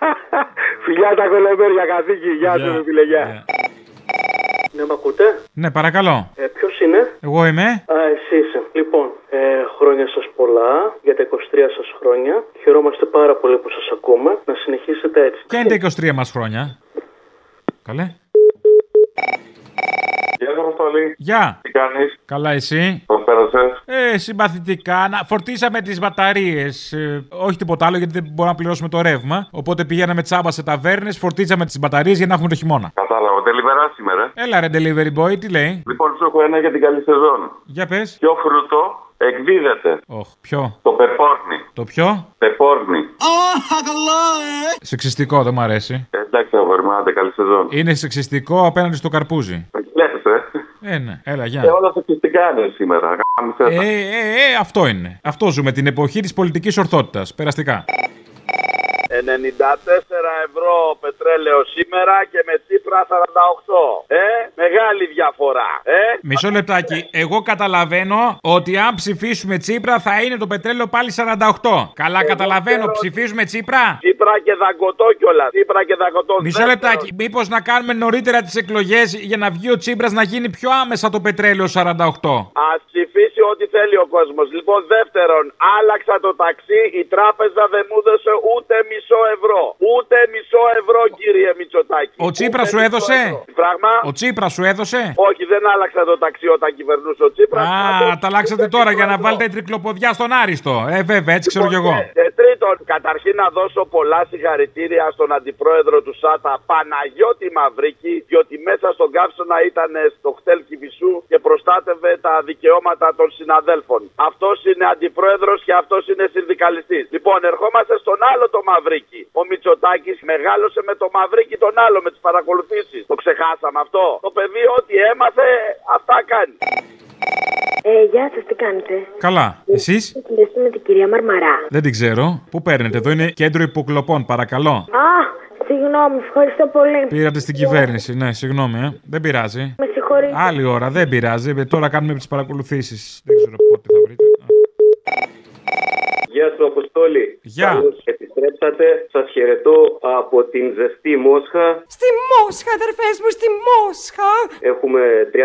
Φιλιά τα κολεμπέρια καθήκη. Γεια σου φίλε. Γεια.
Ναι, με ακούτε.
Ναι, παρακαλώ.
Ε, Ποιος είναι.
Εγώ είμαι.
Α, εσύ είσαι. Λοιπόν, ε, χρόνια σας πολλά για τα 23 σας χρόνια. Χαιρόμαστε πάρα πολύ που σας ακούμε. Να συνεχίσετε έτσι.
Ποια είναι τα 23 μας χρόνια. Καλέ.
Γεια σα, Αποστολή.
Γεια.
Τι κάνεις,
Καλά εσύ.
πώς πέρασες.
Ε, συμπαθητικά. Να φορτίσαμε τις μπαταρίες. όχι τίποτα άλλο γιατί δεν μπορούμε να πληρώσουμε το ρεύμα. Οπότε πηγαίναμε τσάμπα σε ταβέρνες, φορτίσαμε τις μπαταρίες για να έχουμε το χειμώνα.
Κατάλαβα, τελειβερά σήμερα.
Έλα ρε delivery boy, τι λέει.
Λοιπόν, σου έχω ένα για την καλή σεζόν.
Για πες.
Ποιο φρούτο εκδίδεται.
Οχ, ποιο.
Το πεπόρνι.
Το ποιο.
Πεπόρνι.
Σεξιστικό, δεν μου αρέσει.
Ε, Εντάξει, αγόρι μου, άντε, καλή σεζόν.
Είναι σεξιστικό απέναντι στο καρπούζι.
Λέτε.
Ε, ναι. Έλα,
Ε,
γεια.
όλα τα πιστικά είναι σήμερα. Γάμισε τα.
Ε, ε, ε, αυτό είναι. Αυτό ζούμε την εποχή της πολιτικής ορθότητας. Περαστικά.
94 ευρώ πετρέλαιο σήμερα και με τσίπρα 48. Ε, μεγάλη διαφορά. Ε,
Μισό λεπτάκι. Εγώ καταλαβαίνω ότι αν ψηφίσουμε Τσίπρα θα είναι το πετρέλαιο πάλι 48.
Ε,
Καλά, καταλαβαίνω. Ψηφίζουμε Τσίπρα.
τσίπρα και δαγκωτό κιόλας. Τσίπρα και δαγκωτό.
Μισό
Δεύτερο-
λεπτάκι. Μήπως να κάνουμε νωρίτερα τις εκλογές για να βγει ο Τσίπρας να γίνει πιο άμεσα το πετρέλαιο 48.
Ας ψηφίσει ό,τι θέλει ο κόσμος. Λοιπόν, δεύτερον, άλλαξα το ταξί. Η τράπεζα δεν μου έδωσε ούτε μισό ευρώ. Ούτε μισό ευρώ, κύριε Μητσοτάκη.
Ο Τσίπρας σου έδωσε.
Πράγμα.
Ο Τσίπρας σου έδωσε.
Όχι, δεν άλλαξα το ταξί όταν κυβερνούσε ο Τσίπρας.
Α, τα
ε,
αλλάξατε τώρα για να βάλετε τρικλοποδιά στον Άριστο. Ε, βέβαια, έτσι ξέρω κι εγώ.
Ε, τρίτον, καταρχήν να δώσω πολλά συγχαρητήρια στον αντιπρόεδρο του ΣΑΤΑ Παναγιώτη Μαυρίκη, διότι μέσα στον καύσωνα ήταν στο χτέλ Κιβισού και προστάτευε τα δικαιώματα των συναδέλφων. Αυτός είναι αντιπρόεδρος και αυτός είναι συνδικαλιστής. Λοιπόν, ερχόμαστε στον άλλο το Μαυρίκη. Ο Μητσοτάκης μεγάλωσε με το Μαυρίκη τον άλλο με τις παρακολουθήσεις. Το ξεχάσαμε αυτό. Το παιδί, ό,τι έμαθε, αυτά κάνει.
Ε, γεια σας, τι κάνετε.
Καλά. Εσείς
Θα συνδεστώ με την κυρία Μαρμαρά.
δεν την ξέρω. Πού παίρνετε, εδώ είναι κέντρο υποκλοπών, παρακαλώ.
Α, συγγνώμη, ευχαριστώ πολύ.
Πήρατε στην κυβέρνηση, ναι, συγγνώμη, ε. δεν πειράζει.
Με συγχωρείτε.
Άλλη ώρα, δεν πειράζει. Ε, Τώρα κάνουμε τις παρακολουθήσεις. Δεν ξέρω πότε θα βρείτε.
Γεια σου, Αποστόλη.
Γεια.
Καλώς επιστρέψατε. Σας χαιρετώ από την ζεστή Μόσχα.
Στη Μόσχα, αδερφές μου, στη Μόσχα.
Έχουμε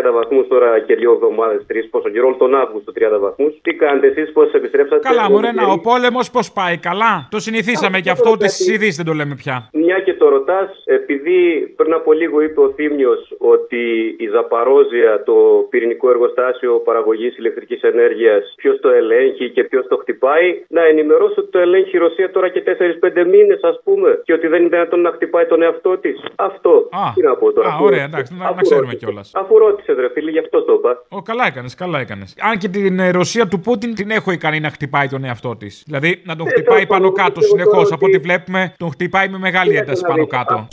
30 βαθμούς τώρα και δύο εβδομάδες, τρεις πόσο καιρό, όλο τον Αύγουστο 30 βαθμούς. Τι κάνετε εσείς, πώς επιστρέψατε.
Καλά,
Εγώ
μωρέ,
δεν
να, ο πόλεμος πώς πάει, καλά. Το συνηθίσαμε και αυτό ούτε στι ειδήσει δεν το λέμε πια.
Μια και το ρωτάς, επειδή πριν από λίγο είπε ο Θήμιος ότι η Ζαπαρόζια, το πυρηνικό εργοστάσιο παραγωγής ηλεκτρικής ενέργειας, ποιος το ελέγχει και ποιος το χτυπάει, να ενημερώσω ότι το ελέγχει η Ρωσία τώρα και 4-5 μήνες, ας πούμε, και ότι δεν είναι δυνατόν να χτυπάει τον εαυτό της. Αυτό. Τι να πω τώρα.
Α,
αφού-
ωραία, εντάξει, να, να
αφού
ξέρουμε
ρώτησε.
κιόλας.
Αφού ρώτησε, ρε φίλε, γι' αυτό το είπα.
Ω, καλά έκανες, καλά έκανες. Αν και την ε, Ρωσία του Πούτιν την έχω ικανή να χτυπάει τον εαυτό της. Δηλαδή να τον
Ε,
χτυπάει
τέλος
πάνω
πάντων,
κάτω
πιστεύω
συνεχώ.
τώρα
Από ό,τι βλέπουμε, τον χτυπάει με μεγάλη ένταση πάνω κάτω.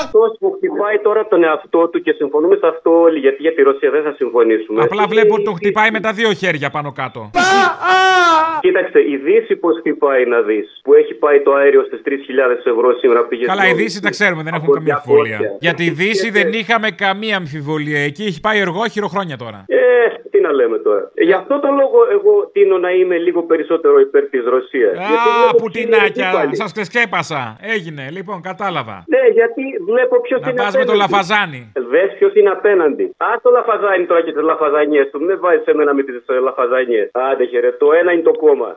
Αυτό που χτυπάει τώρα τον εαυτό του και συμφωνούμε σε αυτό όλοι, γιατί για τη Ρωσία δεν θα συμφωνήσουμε.
Απλά βλέπω ότι τον χτυπάει με τα δύο χέρια πάνω κάτω.
Κοίταξε, η Δύση πώς χτυπάει να δεις. Που έχει πάει το αέριο στις 3.000 ευρώ σήμερα πήγε.
Καλά, η
στο-
Δύση τα ξέρουμε, δεν
από
έχουμε καμία
200.
αμφιβολία. Για τη Δύση δεν είχαμε καμία αμφιβολία. Εκεί έχει πάει εργό χειροχρόνια τώρα.
Ε, τι να λέμε τώρα. Ε, Γι' αυτό το λόγο εγώ τίνω να είμαι λίγο περισσότερο υπέρ της Ρωσίας.
Α, πουτινάκια, σας ξεσκέπασα. Έγινε, λοιπόν, κατάλαβα.
Ναι, γιατί βλέπω ποιος είναι
Να πας με το λαφαζάνι.
Δες ποιος είναι απέναντι. Α το λαφαζάνι τώρα και τις λαφαζανιέ του. Μην βάζεις εμένα με τις λαφαζανιέ. Άντε χαιρετώ, ένα είναι το κόμμα.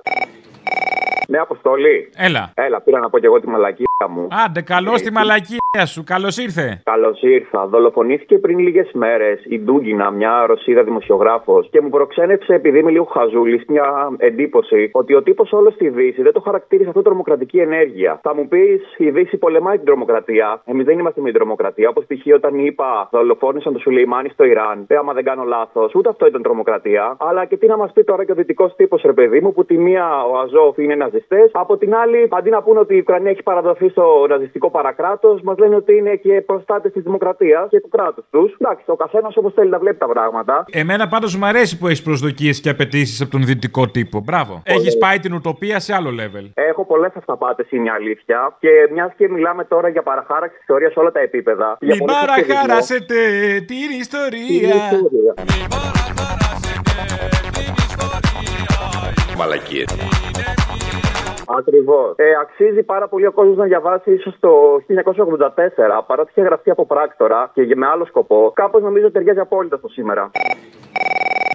Ναι, Αποστολή.
Έλα.
Ε,
Έλα, πήρα να πω και εγώ τη μαλακία μου.
Άντε, καλώς τη μαλακία σου, καλώς ήρθε.
Καλώς ήρθα. Δολοφονήθηκε πριν λίγες μέρες η Ντούγκινα, μια Ρωσίδα δημοσιογράφος, και μου προξένευσε, επειδή είμαι λίγο χαζούλης, μια εντύπωση ότι ο τύπος όλος στη Δύση δεν το χαρακτήρισε αυτό τρομοκρατική ενέργεια. Θα μου πεις, η Δύση πολεμάει την τρομοκρατία. Εμείς δεν είμαστε με την τρομοκρατία. Όπως π.χ. όταν είπα, δολοφόνησαν τον Σουλεϊμάνη στο Ιράν. Ε, άμα δεν κάνω λάθος, ούτε αυτό ήταν τρομοκρατία. Αλλά και τι να μας πει τώρα και ο δυτικός τύπος, ρε παιδί μου, που τη μία ο Αζόφ είναι ναζιστέ, από την άλλη, αντί να πούνε ότι η Ουκρανία έχει παραδοθεί στο ναζιστικό παρακράτος, μας λένε ότι είναι και προστάτες της δημοκρατίας και του κράτους τους. Εντάξει, ο καθένας όπως θέλει να βλέπει τα πράγματα.
Εμένα πάντως μου αρέσει που έχεις προσδοκίες και απαιτήσεις από τον δυτικό τύπο. Μπράβο. Έχεις πάει την ουτοπία σε άλλο level.
Έχω πολλές αυταπάτες, είναι η αλήθεια. Και μιας και μιλάμε τώρα για παραχάραξη ιστορίας σε όλα τα επίπεδα. για
Μην
πολλούς χειρισμούς-
παραχάρασετε την ιστορία.
Μαλακίες. Ακριβώς. Ε, αξίζει πάρα πολύ ο κόσμος να διαβάσει ίσως το 1984, παρά ότι είχε γραφτεί από πράκτορα και με άλλο σκοπό. Κάπως νομίζω ταιριάζει απόλυτα στο σήμερα.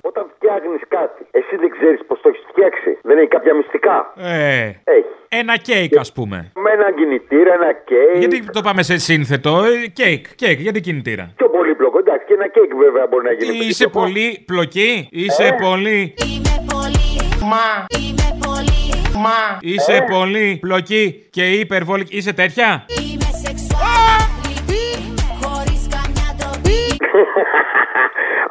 Όταν φτιάχνεις κάτι, εσύ δεν ξέρεις πώς το έχεις φτιάξει. Δεν έχει κάποια μυστικά.
Ε,
Έχει.
ένα κέικ, ας πούμε.
Με έναν κινητήρα, ένα κέικ.
Γιατί το πάμε σε σύνθετο, ε, κέικ, κέικ, γιατί κινητήρα.
Πιο πολύπλοκο. Εντάξει, και ένα κέικ βέβαια μπορεί να γίνει.
Τι, Είσαι πολύ πλοκή, είσαι
Ε.
πολύ.
Μα.
Είμαι πολύ
Μα.
Ε.
Είσαι πολύ πλοκή και υπερβολική. Είσαι τέτοια.
Είμαι σεξουαλική Χωρίς καμιά ντροπή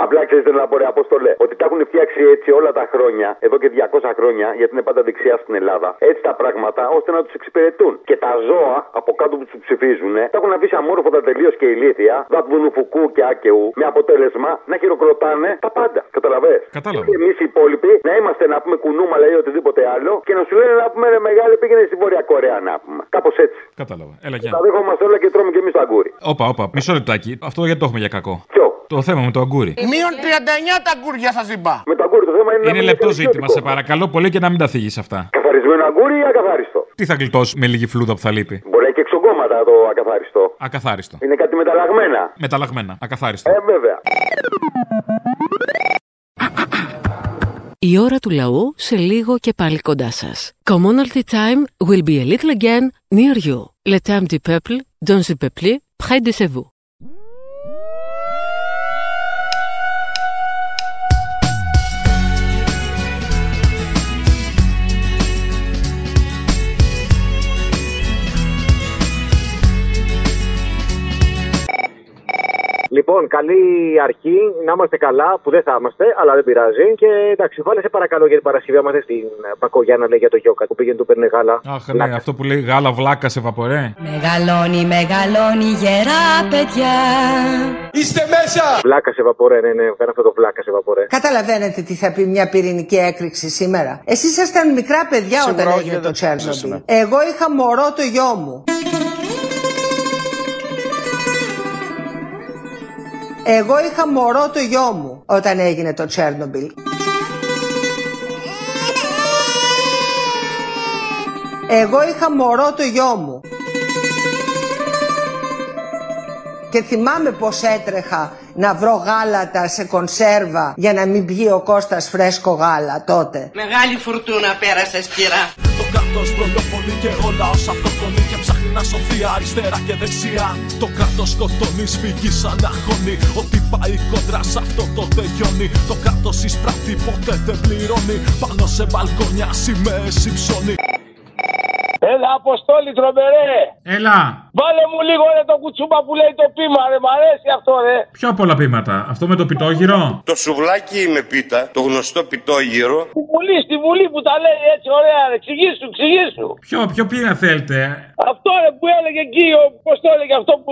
Απλά ξέρετε να μπορεί αποστολέ. Ότι τα έχουν φτιάξει έτσι όλα τα χρόνια, εδώ και 200 χρόνια, γιατί είναι πάντα δεξιά στην Ελλάδα, έτσι τα πράγματα ώστε να τους εξυπηρετούν. Και τα ζώα από κάτω που τους ψηφίζουν, ε, τα έχουν αφήσει αμόρφωτα τελείως και ηλίθια, δαπδούνου φουκού και άκαιου, με αποτέλεσμα να χειροκροτάνε τα πάντα. Καταλαβέ.
Κατάλαβα.
Και εμείς οι υπόλοιποι να είμαστε να πούμε κουνούμαλα ή οτιδήποτε άλλο και να σου λένε να πούμε «Ρε μεγάλη πήγαινε στη Βόρεια Κορέα να πούμε. Κάπως έτσι.
Κατάλαβα. Έλα, γεια.
Τα δέχομαστε όλα και τρώμε και εμείς τα αγκούρι.
Όπα, όπα, μισό λεπτάκι. Αυτό γιατί το έχουμε για κακό.
Ποιο?
Το θέμα με το αγκούρι.
Μείον 39 τα γκούρια σας είπα.
Με τα γκούρια το θέμα
Είναι λεπτό ζήτημα, σε παρακαλώ πολύ και να μην τα θίγεις αυτά.
Καθαρισμένο αγκούρι ή ακαθάριστο.
Τι θα γλιτώσεις με λίγη φλούδα που θα λείπει.
Μπορεί να έχει και εξογκώματα το ακαθάριστο.
Ακαθάριστο.
Είναι κάτι μεταλλαγμένα.
Μεταλλαγμένα. Ακαθάριστο.
Ε, βέβαια.
Η ώρα του λαού σε λίγο και πάλι κοντά σας. Commonalty time will be a little again near you. Le temps du peuple, dans le peuple, près de chez vous.
Λοιπόν, καλή αρχή, να είμαστε καλά, που δεν θα είμαστε, αλλά δεν πειράζει. Και εντάξει, βάλε σε παρακαλώ για την Παρασκευή, άμα θες την ε, Πακογιάννα λέει για το Γιώκα που πήγαινε του παίρνε γάλα.
Αχ, ναι, αυτό που λέει γάλα βλάκα σε βαπορέ.
Μεγαλώνει, μεγαλώνει γερά παιδιά.
Είστε μέσα! Βλάκα σε βαπορέ, ναι, ναι, κάνω αυτό το βλάκα σε βαπορέ.
Καταλαβαίνετε τι θα πει μια πυρηνική έκρηξη σήμερα. Εσείς ήσασταν μικρά παιδιά Σίγουρα όταν όχι, έγινε δεν το το Τσέρνομπιλ. ζήσαμε. Εγώ είχα μωρό το γιο μου. Εγώ είχα μωρό το γιο μου όταν έγινε το Τσέρνομπιλ. Εγώ είχα μωρό το γιο μου. Και θυμάμαι πως έτρεχα να βρω γάλατα σε κονσέρβα για να μην πιει ο Κώστας φρέσκο γάλα τότε.
Μεγάλη φουρτούνα πέρασε, κύρα.
Το κράτο δολοφονεί και ο λαό αυτοκτονεί και ψάχνει να σωθεί αριστερά και δεξιά. Το κράτος σκοτώνει, σφυγεί σαν να χώνει. Ό,τι πάει κοντρά σε αυτό το τελειώνει. Το κράτος εισπράττει, ποτέ δεν πληρώνει. Πάνω σε μπαλκόνια σημαίες υψώνει.
Έλα, Αποστόλη, τρομερέ!
Έλα.
Βάλε μου λίγο ρε το κουτσούμπα που λέει το πείμα, ρε, μ' αρέσει αυτό, ρε!
Πιο πολλά πείματα. Αυτό με το πιτόγυρο.
Το σουβλάκι με πίτα, το γνωστό πιτόγυρο.
Στη Βουλή, στη Βουλή που τα λέει έτσι, ωραία, ρε, εξηγήσου, εξηγήσου!
Ποιο, ποιο πείμα θέλετε.
Αυτό ρε που έλεγε εκεί, ο- πώς το έλεγε αυτό που...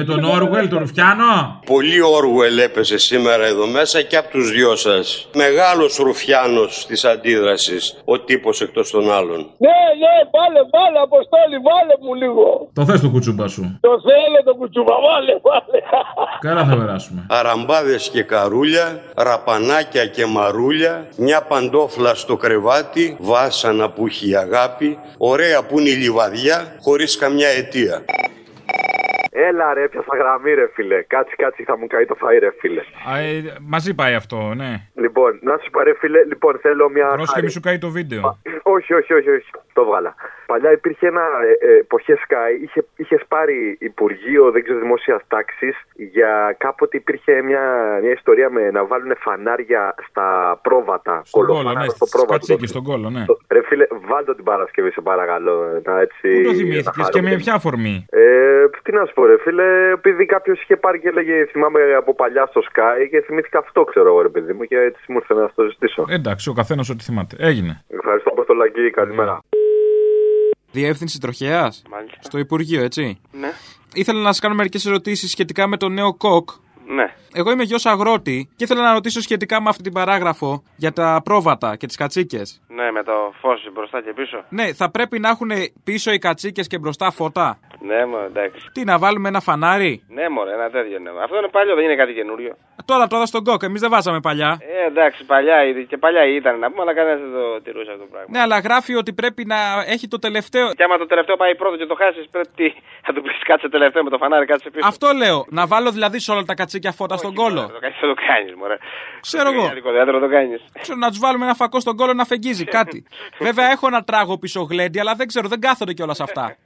Με τον Όργουελ, τον Ρουφιάνο.
Πολύ Όργουελ έπεσε σήμερα εδώ μέσα και από τους δυο σας. Μεγάλος ρουφιάνος της αντίδρασης, ο τύπος εκτός των άλλων.
Ναι, ναι, βάλε, βάλε, Αποστόλη, βάλε μου λίγο!
Το θες το κουτσούμπα σου.
Το θέλω το κουτσούμπα, βάλε, βάλε!
Καλά θα περάσουμε.
Αραμπάδες και καρούλια, ραπανάκια και μαρούλια, μια παντόφλα στο κρεβάτι, βάσανα που έχει η αγάπη, ωραία που είναι η λιβαδιά, χωρίς καμιά αιτία.
Έλα ρε, πιάσα γραμμή ρε φίλε. Κάτσε, κάτσε, θα μου καεί το φαΐ ρε φίλε.
Α, ε, μαζί πάει αυτό, ναι.
Λοιπόν, να σου πω ρε φίλε, λοιπόν θέλω μια...
Πρόσχε
χάρη.
μη σου καεί το βίντεο.
Όχι, όχι, όχι, όχι. Το βγάλα. Παλιά υπήρχε ένα ε, ε, εποχές Sky, είχε, είχες πάρει Υπουργείο, δεν ξέρω, δημόσιας τάξης. Για κάποτε υπήρχε μια, μια ιστορία με να βάλουν φανάρια στα πρόβατα.
Στον κόλλο,
κολοφανάρια
ναι.
στο
Στι
πρόβατο.
κατσίκε, στον κόλλο, ναι.
Ρε φίλε, βάλτε την Παρασκευή, σε παρακαλώ. Να, έτσι,
Πού το
να
θυμήθηκε και
χαρούμε.
με ποια αφορμή.
Ε, τι να σου πω, ρε φίλε, επειδή κάποιος είχε πάρει και έλεγε Θυμάμαι από παλιά στο Sky και θυμήθηκα αυτό, ξέρω εγώ, ρε παιδί μου, και έτσι μου ήρθε να το ζητήσω.
Εντάξει, ο καθένας ό,τι θυμάται. Έγινε.
Ευχαριστώ, Αποστολακή, καλημέρα.
Διεύθυνση τροχέας. Στο Υπουργείο, έτσι.
Ναι.
Ήθελα να σας κάνω μερικές ερωτήσεις σχετικά με το νέο κοκ.
Ναι.
Εγώ είμαι γιος αγρότη και ήθελα να ρωτήσω σχετικά με αυτή την παράγραφο για τα πρόβατα και τις κατσίκες.
Ναι, με το φως μπροστά και πίσω.
Ναι, θα πρέπει να έχουν πίσω οι κατσίκες και μπροστά φώτα.
Ναι, μωρέ, εντάξει.
Τι, να βάλουμε ένα φανάρι.
Ναι, μωρέ, ένα τέτοιο ναι. Αυτό είναι παλιό, δεν είναι κάτι καινούριο.
Τώρα τώρα στον κοκ, εμείς δεν βάζαμε παλιά.
Ε, εντάξει, παλιά είδη- και παλιά ήταν να πούμε, αλλά κανένας δεν το τηρούσε αυτό το πράγμα.
Ναι, αλλά γράφει ότι πρέπει να έχει το τελευταίο.
Και άμα το τελευταίο πάει πρώτο και το χάσεις, πρέπει τι, θα του πεις κάτσε τελευταίο με το φανάρι, κάτσε πίσω.
Ε, Αυτό λέω. Να βάλω δηλαδή σε όλα τα κατσίκια φώτα στον κόλο.
Το κάνεις, θα το κάνεις, μωρέ.
Ξέρω εγώ.
Ελληνικό θέατρο το κάνεις.
Ξέρω να τους βάλουμε ένα φακό στον κόλο να φεγγίζει κάτι. Βέβαια έχω ένα τράγο πίσω γλέντι, αλλά δεν ξέρω, δεν κάθονται κιόλας αυτά.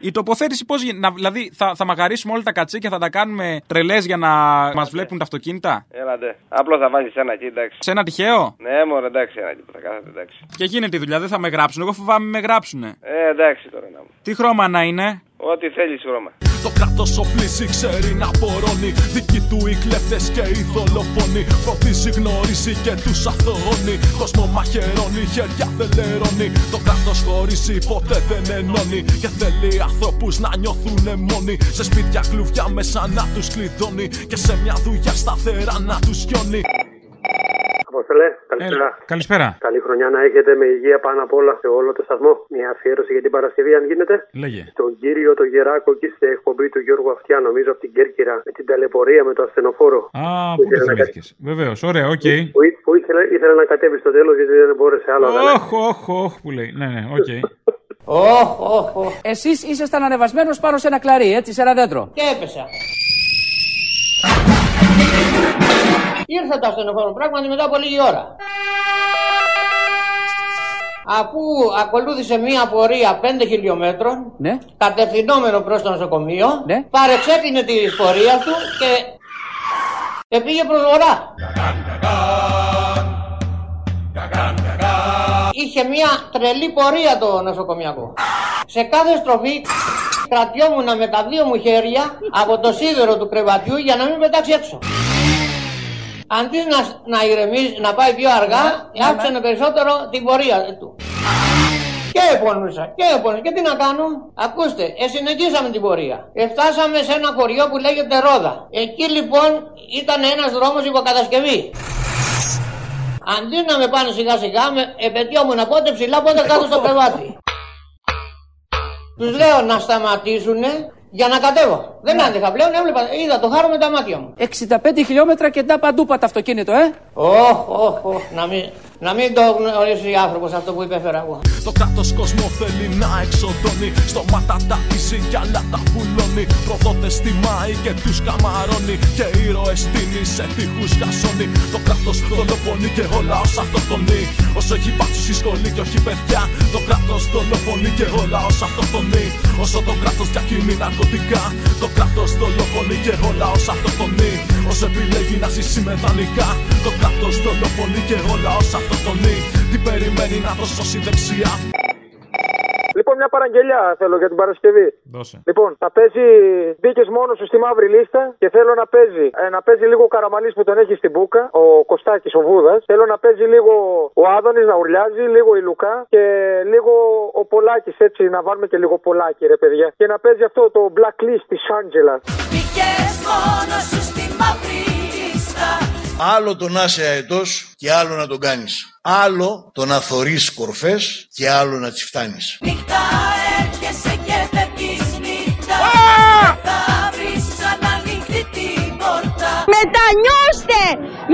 Η τοποθέτηση πώς γίνεται. Δηλαδή θα, θα μαγαρίσουμε όλα τα κατσίκια, θα τα κάνουμε τρελές για να μας
Ε,
βλέπουν τα αυτοκίνητα.
Έλατε. Απλώς θα βάλει ένα εκεί, εντάξει.
Σε ένα τυχαίο.
Ναι, μωρέ, εντάξει, ένα εκεί που θα κάθεται, εντάξει.
Και γίνεται η δουλειά, δεν θα με γράψουν. Εγώ φοβάμαι με γράψουνε.
Ε, εντάξει τώρα να μου.
Τι χρώμα να είναι.
Ό,τι θέλεις, Ρώμα.
Το κράτος οπλίζει, ξέρει να πορώνει. Δικοί του οι κλέφτες και οι δολοφόνοι. Φωτίζει, γνωρίζει και τους αθωώνει. Κόσμο μαχαιρώνει, χέρια θελερώνει. Το κράτος χωρίζει, ποτέ δεν ενώνει. Και θέλει ανθρώπους να νιώθουν μόνοι. Σε σπίτια κλουβιά μέσα να τους κλειδώνει. Και σε μια δουλειά σταθερά να τους γιώνει.
Αποστολέ, καλησπέρα.
Καλησπέρα.
Καλή χρονιά να έχετε με υγεία πάνω απ' όλα σε όλο το σταθμό. Μια αφιέρωση για την Παρασκευή, αν γίνεται.
Λέγε.
Τον κύριο τον Γεράκο εκεί στην εκπομπή του Γιώργου Αυτιά, νομίζω από την Κέρκυρα, με την ταλαιπωρία με το ασθενοφόρο.
Α, πού το
Ήθελα να κα-
θυμήθηκε. Βεβαίως, ωραία, οκ.
Που, ή- που ήθελε, ήθελε να κατέβει στο τέλος γιατί δεν μπόρεσε άλλο. αλλά-
Όχ, όχ, όχ που λέει. Ναι, ναι, οκ.
Εσείς ήσασταν ανεβασμένος πάνω σε ένα κλαρί, έτσι, σε ένα δέντρο.
Και έπεσα. Ήρθα το ασθενοφόρο πράγματι μετά από λίγη ώρα. Αφού ακολούθησε μία πορεία 5 χιλιόμετρων,
Ναι.
κατευθυνόμενο προς το νοσοκομείο, παρεξέκλεινε τη πορεία του και, και πήγε προς βορρά. Είχε μία τρελή πορεία το νοσοκομιακό. Σε κάθε στροφή κρατιόμουν με τα δύο μου χέρια από το σίδερο του κρεβατιού για να μην πετάξει έξω. Αντί να, να ηρεμήσει, να πάει πιο αργά, άφησε περισσότερο την πορεία του. Και επονούσα, και επονούσα. Και τι να κάνω. Ακούστε, ε, συνεχίσαμε την πορεία. Εφτάσαμε σε ένα χωριό που λέγεται Ρόδα. Εκεί λοιπόν ήταν ένας δρόμος υποκατασκευή. Αντί να με πάνε σιγά σιγά, με επαιτειόμουν πότε ψηλά, πότε κάτω στο κρεβάτι. Τους λέω να σταματήσουν για να κατέβω. Δεν άντεχα πλέον, έβλεπα, είδα το χάρο με τα μάτια μου.
65 χιλιόμετρα και τα παντού πατ' αυτοκίνητο, ε.
Ωχ, ωχ, ωχ, να μην, να μην το γνωρίσει άνθρωπος αυτό που υπέφερα εγώ.
Το κράτος κόσμο θέλει να εξοντώνει. Στόματα τα πίζει κι άλλα τα βουλώνει. Προδότες τιμάει και τους καμαρώνει. Και ήρωε τίνει σε τείχους κασώνει. Το κράτος δολοφονεί και ο λαό αυτοκτονεί. Όσο έχει πάψει στη σχολή και όχι παιδιά. Το κράτος δολοφονεί και ο λαό αυτοκτονεί. Όσο το κράτος διακινεί ναρκωτικά. Το κράτος δολοφονεί και ο λαό αυτοκτονεί. Όσο επιλέγει να ζήσει με δανεικά. Το κράτος δολοφονεί και ο λαό αυτοκτονεί. Τι περιμένει να το σώσει δεξιά.
Λοιπόν, μια παραγγελιά θέλω για την Παρασκευή.
Δώσε.
Λοιπόν, θα παίζει. Μπήκες μόνος σου στη μαύρη λίστα και θέλω να παίζει. Ε, να παίζει λίγο ο Καραμαλής που τον έχει στην μπούκα, ο Κωστάκης, ο Βούδας. Θέλω να παίζει λίγο ο Άδωνης να ουρλιάζει, λίγο η Λουκά και λίγο ο Πολάκης. Έτσι, να βάλουμε και λίγο Πολάκη, ρε παιδιά. Και να παίζει αυτό το blacklist της Άντζελας.
Μπήκες μόνος σου στη μαύρη λίστα
Άλλο το να είσαι αετός και άλλο να τον κάνεις. Άλλο το να θωρείς κορφές και άλλο να τις φτάνεις.
Νύχτα έρχεσαι και φεύγεις νύχτα Θα βρεις ξανά νύχτη την πόρτα
Μετανιώστε!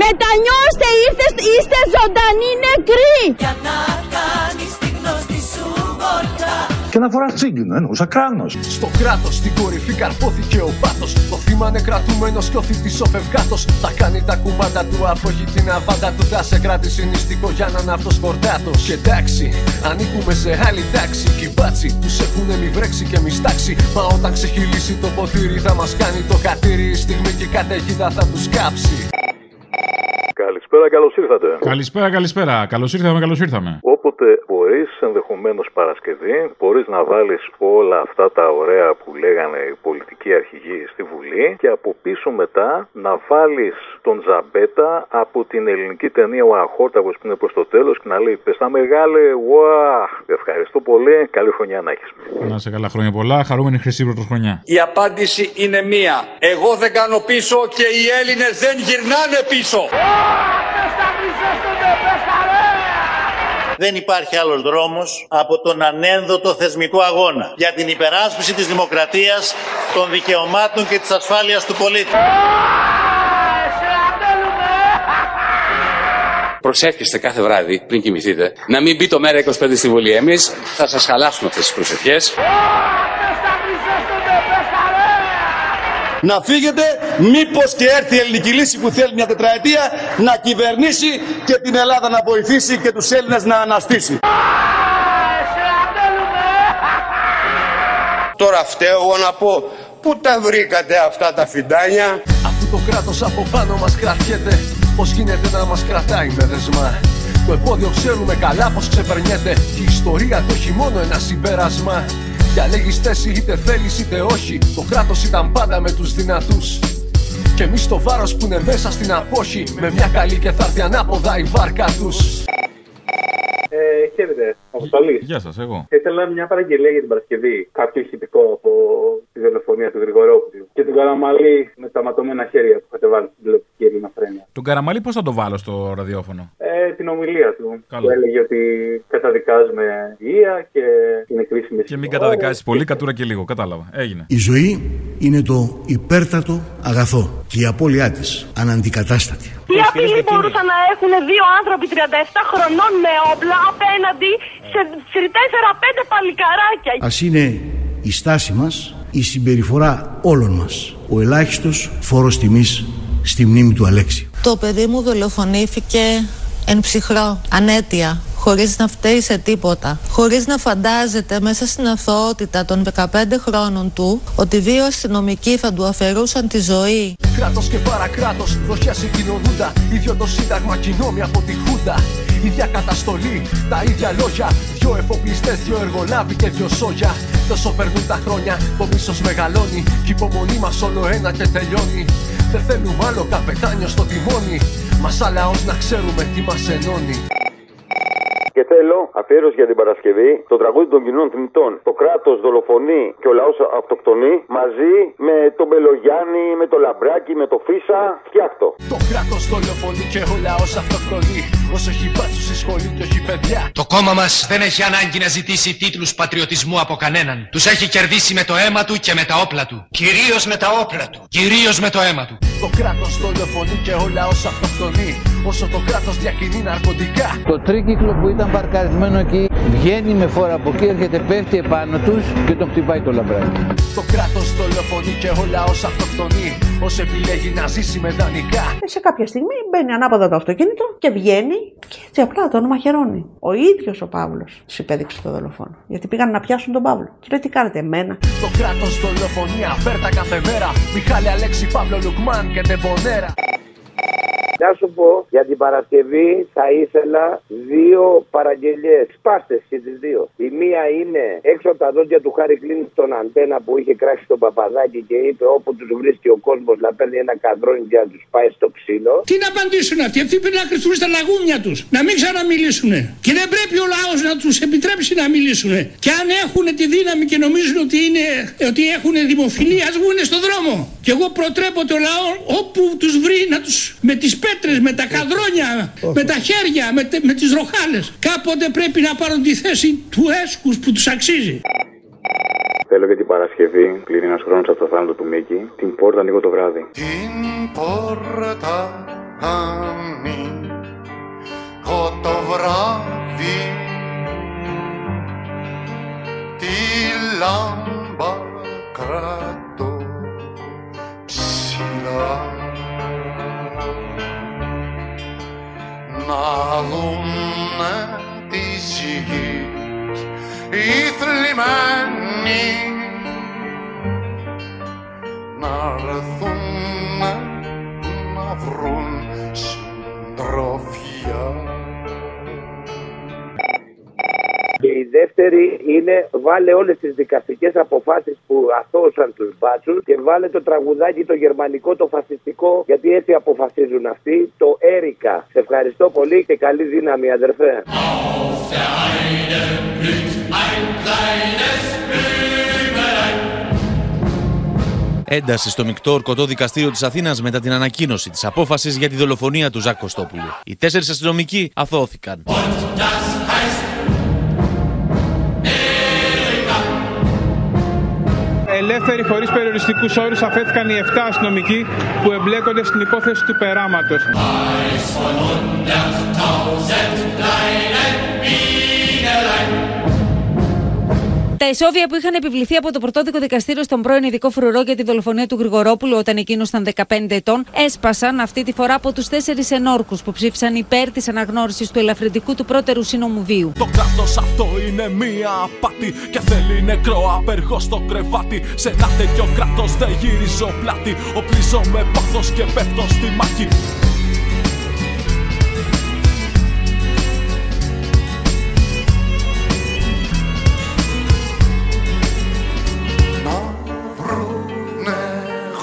Μετανιώστε! Είστε, είστε ζωντανοί νεκροί!
Για να κάνεις τη γνώστη σου βόλτα
Και να φοράς τσίγκινο, ε, εννοούσα κράνος.
Στο κράτος, στην κορυφή καρπόθηκε ο πάθος. Το θύμα είναι κρατούμενος και ο θήτης ο φευγάτος. Θα κάνει τα κουμάντα του, αφού έχει την αβάντα του. Θα σε κρατήσει νηστικό για να είναι αυτός κορτάτο. Και εντάξει, ανήκουμε σε άλλη τάξη. Κι οι μπάτσι του έχουν μη βρέξει και μη στάξει. Μα όταν ξεχυλήσει το ποτήρι, θα μας κάνει το χατήρι. Η στιγμή και η καταιγίδα θα τους κάψει.
Καλησπέρα, καλώς ήρθατε.
Καλησπέρα, καλησπέρα. Καλώς ήρθαμε, καλώς ήρθαμε.
Όποτε μπορείς, ενδεχομένως Παρασκευή, μπορείς να βάλεις όλα αυτά τα ωραία που λέγανε οι πολιτικοί αρχηγοί στη Βουλή και από πίσω μετά να βάλεις τον Ζαμπέτα από την ελληνική ταινία Ο Αχόρταγος που είναι προς το τέλος και να λέει: Πες τα μεγάλε, ουά! Ευχαριστώ πολύ. Καλή χρονιά να έχεις.
Να σε καλά χρόνια πολλά. Χαρούμενη χρυσή πρωτοχρονιά.
Η απάντηση είναι μία. Εγώ δεν κάνω πίσω και οι Έλληνες δεν γυρνάνε πίσω.
Δεν υπάρχει άλλος δρόμος από τον ανένδοτο θεσμικό αγώνα για την υπεράσπιση της δημοκρατίας, των δικαιωμάτων και της ασφάλειας του πολίτη.
Προσεύχεστε κάθε βράδυ πριν κοιμηθείτε να μην μπει το μέρα 25 στη Βουλή. Εμείς θα σας χαλάσουμε αυτές τις προσευχές.
Να φύγετε μήπως και έρθει η ελληνική λύση που θέλει μια τετραετία να κυβερνήσει και την Ελλάδα να βοηθήσει και τους Έλληνες να αναστήσει.
Τώρα φταίω εγώ να πω πού τα βρήκατε αυτά τα φιντάνια.
Αφού το κράτος από πάνω μας κρατιέται Πώς γίνεται να μας κρατάει με δεσμά Το επόδιο ξέρουμε καλά πως ξεπερνιέται Και η ιστορία το έχει μόνο ένα συμπέρασμα
Διαλέγει θέση είτε θέλεις είτε όχι. Το κράτος ήταν πάντα με τους δυνατούς. Και εμείς το βάρος που είναι μέσα στην απόχη. Με μια καλή και θα έρθει ανάποδα η βάρκα τους.
Ε, χαίρετε, Αποστολής.
Γεια σας, εγώ.
Ήθελα μια παραγγελία για την Παρασκευή. Κάποιο ηχητικό από τη δολοφονία του Γρηγορόπουλου. Και την Καραμαλή με σταματωμένα χέρια που είχατε βάλει στην τηλεοπτική ελληνοφρένεια.
Τον καραμαλή πώς θα το βάλω στο ραδιόφωνο.
Ε, την ομιλία του.
Καλά.
Που έλεγε ότι καταδικάζουμε βία και την εκρίσιμη
Και μην καταδικάσεις πολύ, κατούρα και λίγο. Κατάλαβα. Έγινε.
Η ζωή είναι το υπέρτατο αγαθό και η απώλειά της αναντικατάστατη.
Τι απειλή μπορούσαν να έχουν δύο άνθρωποι 37 χρονών με όπλα απέναντι σε, σε 4-5 παλικαράκια.
Ας είναι η στάση μας, η συμπεριφορά όλων μας, ο ελάχιστος φόρος τιμής στη μνήμη του Αλέξη.
Το παιδί μου δολοφονήθηκε εν ψυχρό, ανέτεια, χωρίς να φταίει σε τίποτα. Χωρίς να φαντάζεται μέσα στην αθωότητα των 15 χρόνων του ότι δύο αστυνομικοί θα του αφαιρούσαν τη ζωή.
Κράτος και παρακράτος, δοχεία συγκοινωνούντα. ίδιο το σύνταγμα, κοινόμοι από τη Χούντα. Ίδια καταστολή, τα ίδια λόγια. Δυο εφοπλιστές, δυο εργολάβοι και δυο σόγια. Τόσο περνούν τα χρόνια, το μίσος μεγαλώνει. Κι η υπομονή μας όλο ένα και τελειώνει. Δεν θέλουμε άλλο καπετάνιο στο τιμόνι. Μας άλλα ως να ξέρουμε τι μας ενώνει.
Και θέλω αφιέρωση για την Παρασκευή το τραγούδι των κοινών θνητών. Το κράτος δολοφονεί και ο λαός αυτοκτονεί μαζί με τον Μπελογιάννη, με το Λαμπράκι, με το Φίσα. Φτιάχτο.
Το κράτος δολοφονεί και ο λαός αυτοκτονεί. Όσο έχει μπάτσους στη σχολή και όχι παιδιά.
Το κόμμα μας δεν έχει ανάγκη να ζητήσει τίτλους πατριωτισμού από κανέναν. Τους έχει κερδίσει με το αίμα του και με τα όπλα του. Κυρίως με τα όπλα του. Κυρίως με το αίμα του.
Το κράτος δολοφονεί και ο λαός αυτοκτονεί. Όσο το κράτος διακινεί ναρκωτικά.
Το τρίκυκλο που ήταν παρκαρισμένο εκεί βγαίνει με φόρα από εκεί, έρχεται, πέφτει επάνω τους και τον χτυπάει το λαμπράκι.
Το κράτος δολοφονεί και ο λαό αυτοκτονεί. Όσο επιλέγει να ζήσει με δανεικά.
Ε, Σε κάποια στιγμή μπαίνει ανάποδα το αυτοκίνητο και βγαίνει και έτσι απλά τον μαχαιρώνει. Ο ίδιος ο Παύλος του υπέδειξε το δολοφόνο. Γιατί πήγαν να πιάσουν τον Παύλο. Και λέει τι κάνετε εμένα.
Το κράτος δολοφονεί αφέρτα κάθε μέρα. Μιχάλη Αλέξη Παύλο Λουκμάν και Ντεμπονέρα.
Να σου πω για την Παρασκευή θα ήθελα δύο παραγγελίε. Σπάστε και τις δύο. Η μία είναι έξω από τα δόντια του Χάρη Κλίν στον αντένα που είχε κράξει τον παπαδάκι και είπε όπου τους βρίσκει ο κόσμος να παίρνει ένα καδρόνι και να τους πάει στο ξύλο.
Τι να απαντήσουν αυτοί, αυτοί πρέπει να κρυφτούν στα λαγούμια τους, να μην ξαναμιλήσουν. Και δεν πρέπει ο λαός να τους επιτρέψει να μιλήσουν. Και αν έχουν τη δύναμη και νομίζουν ότι, είναι, ότι έχουν δημοφιλία, ας βγουν στον δρόμο. Και εγώ προτρέπω το λαό όπου τους βρει να τους με τις πέτρες, με τα καδρόνια, με τα χέρια, με, τε- με τις ροχάλες. Κάποτε πρέπει να πάρουν τη θέση του έσκους που τους αξίζει.
Θέλω για την Παρασκευή, πλήρη ένας χρόνος από το θάνατο του Μίκη, την πόρτα ανοίγω το βράδυ.
πόρτα ανοίγω το βράδυ τη λάμπα κρατώ ψηλά να δούνε της γης οι θλιμμένοι να έρθουν να βρουν συντροφιά.
Και η δεύτερη είναι βάλε όλες τις δικαστικές αποφάσεις που αθώσαν τους μπάτσους και βάλε το τραγουδάκι το γερμανικό, το φασιστικό, γιατί έτσι αποφασίζουν αυτοί, το Έρικα. Σε ευχαριστώ πολύ και καλή δύναμη, αδερφέ.
Ένταση στο μεικτό ορκωτό δικαστήριο της Αθήνας μετά την ανακοίνωση της απόφασης για τη δολοφονία του Ζακ Κωστόπουλου. Οι τέσσερις αστυνομικοί αθώθηκαν.
Ελεύθεροι χωρίς περιοριστικούς όρους αφέθηκαν οι 7 αστυνομικοί που εμπλέκονται στην υπόθεση του περάματος.
Τα εσόβια που είχαν επιβληθεί από το πρωτόδικο δικαστήριο στον πρώην ειδικό φρουρό για τη δολοφονία του Γρηγορόπουλου όταν εκείνος ήταν 15 ετών, έσπασαν αυτή τη φορά από τους τέσσερις ενόρκους που ψήφισαν υπέρ της αναγνώρισης του ελαφρυντικού του πρώτερου συνομουβίου.
Το κράτος αυτό είναι μία απάτη και θέλει νεκρό απεργό στο κρεβάτι. Σε ένα τέτοιο κράτος δεν γυρίζω πλάτη. Οπλίζω με πάθος και πέφτω στη μάχη.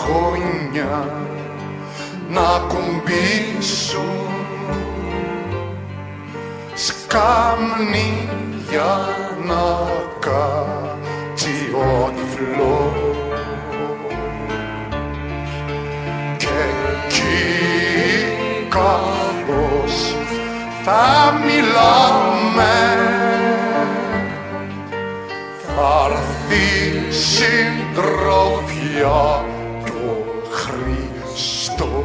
γόνια να κουμπίσουν σκάμνη για να κάτσει ο τυφλός και εκεί κάπως θα μιλάμε θα έρθει συντροφιά του Χριστού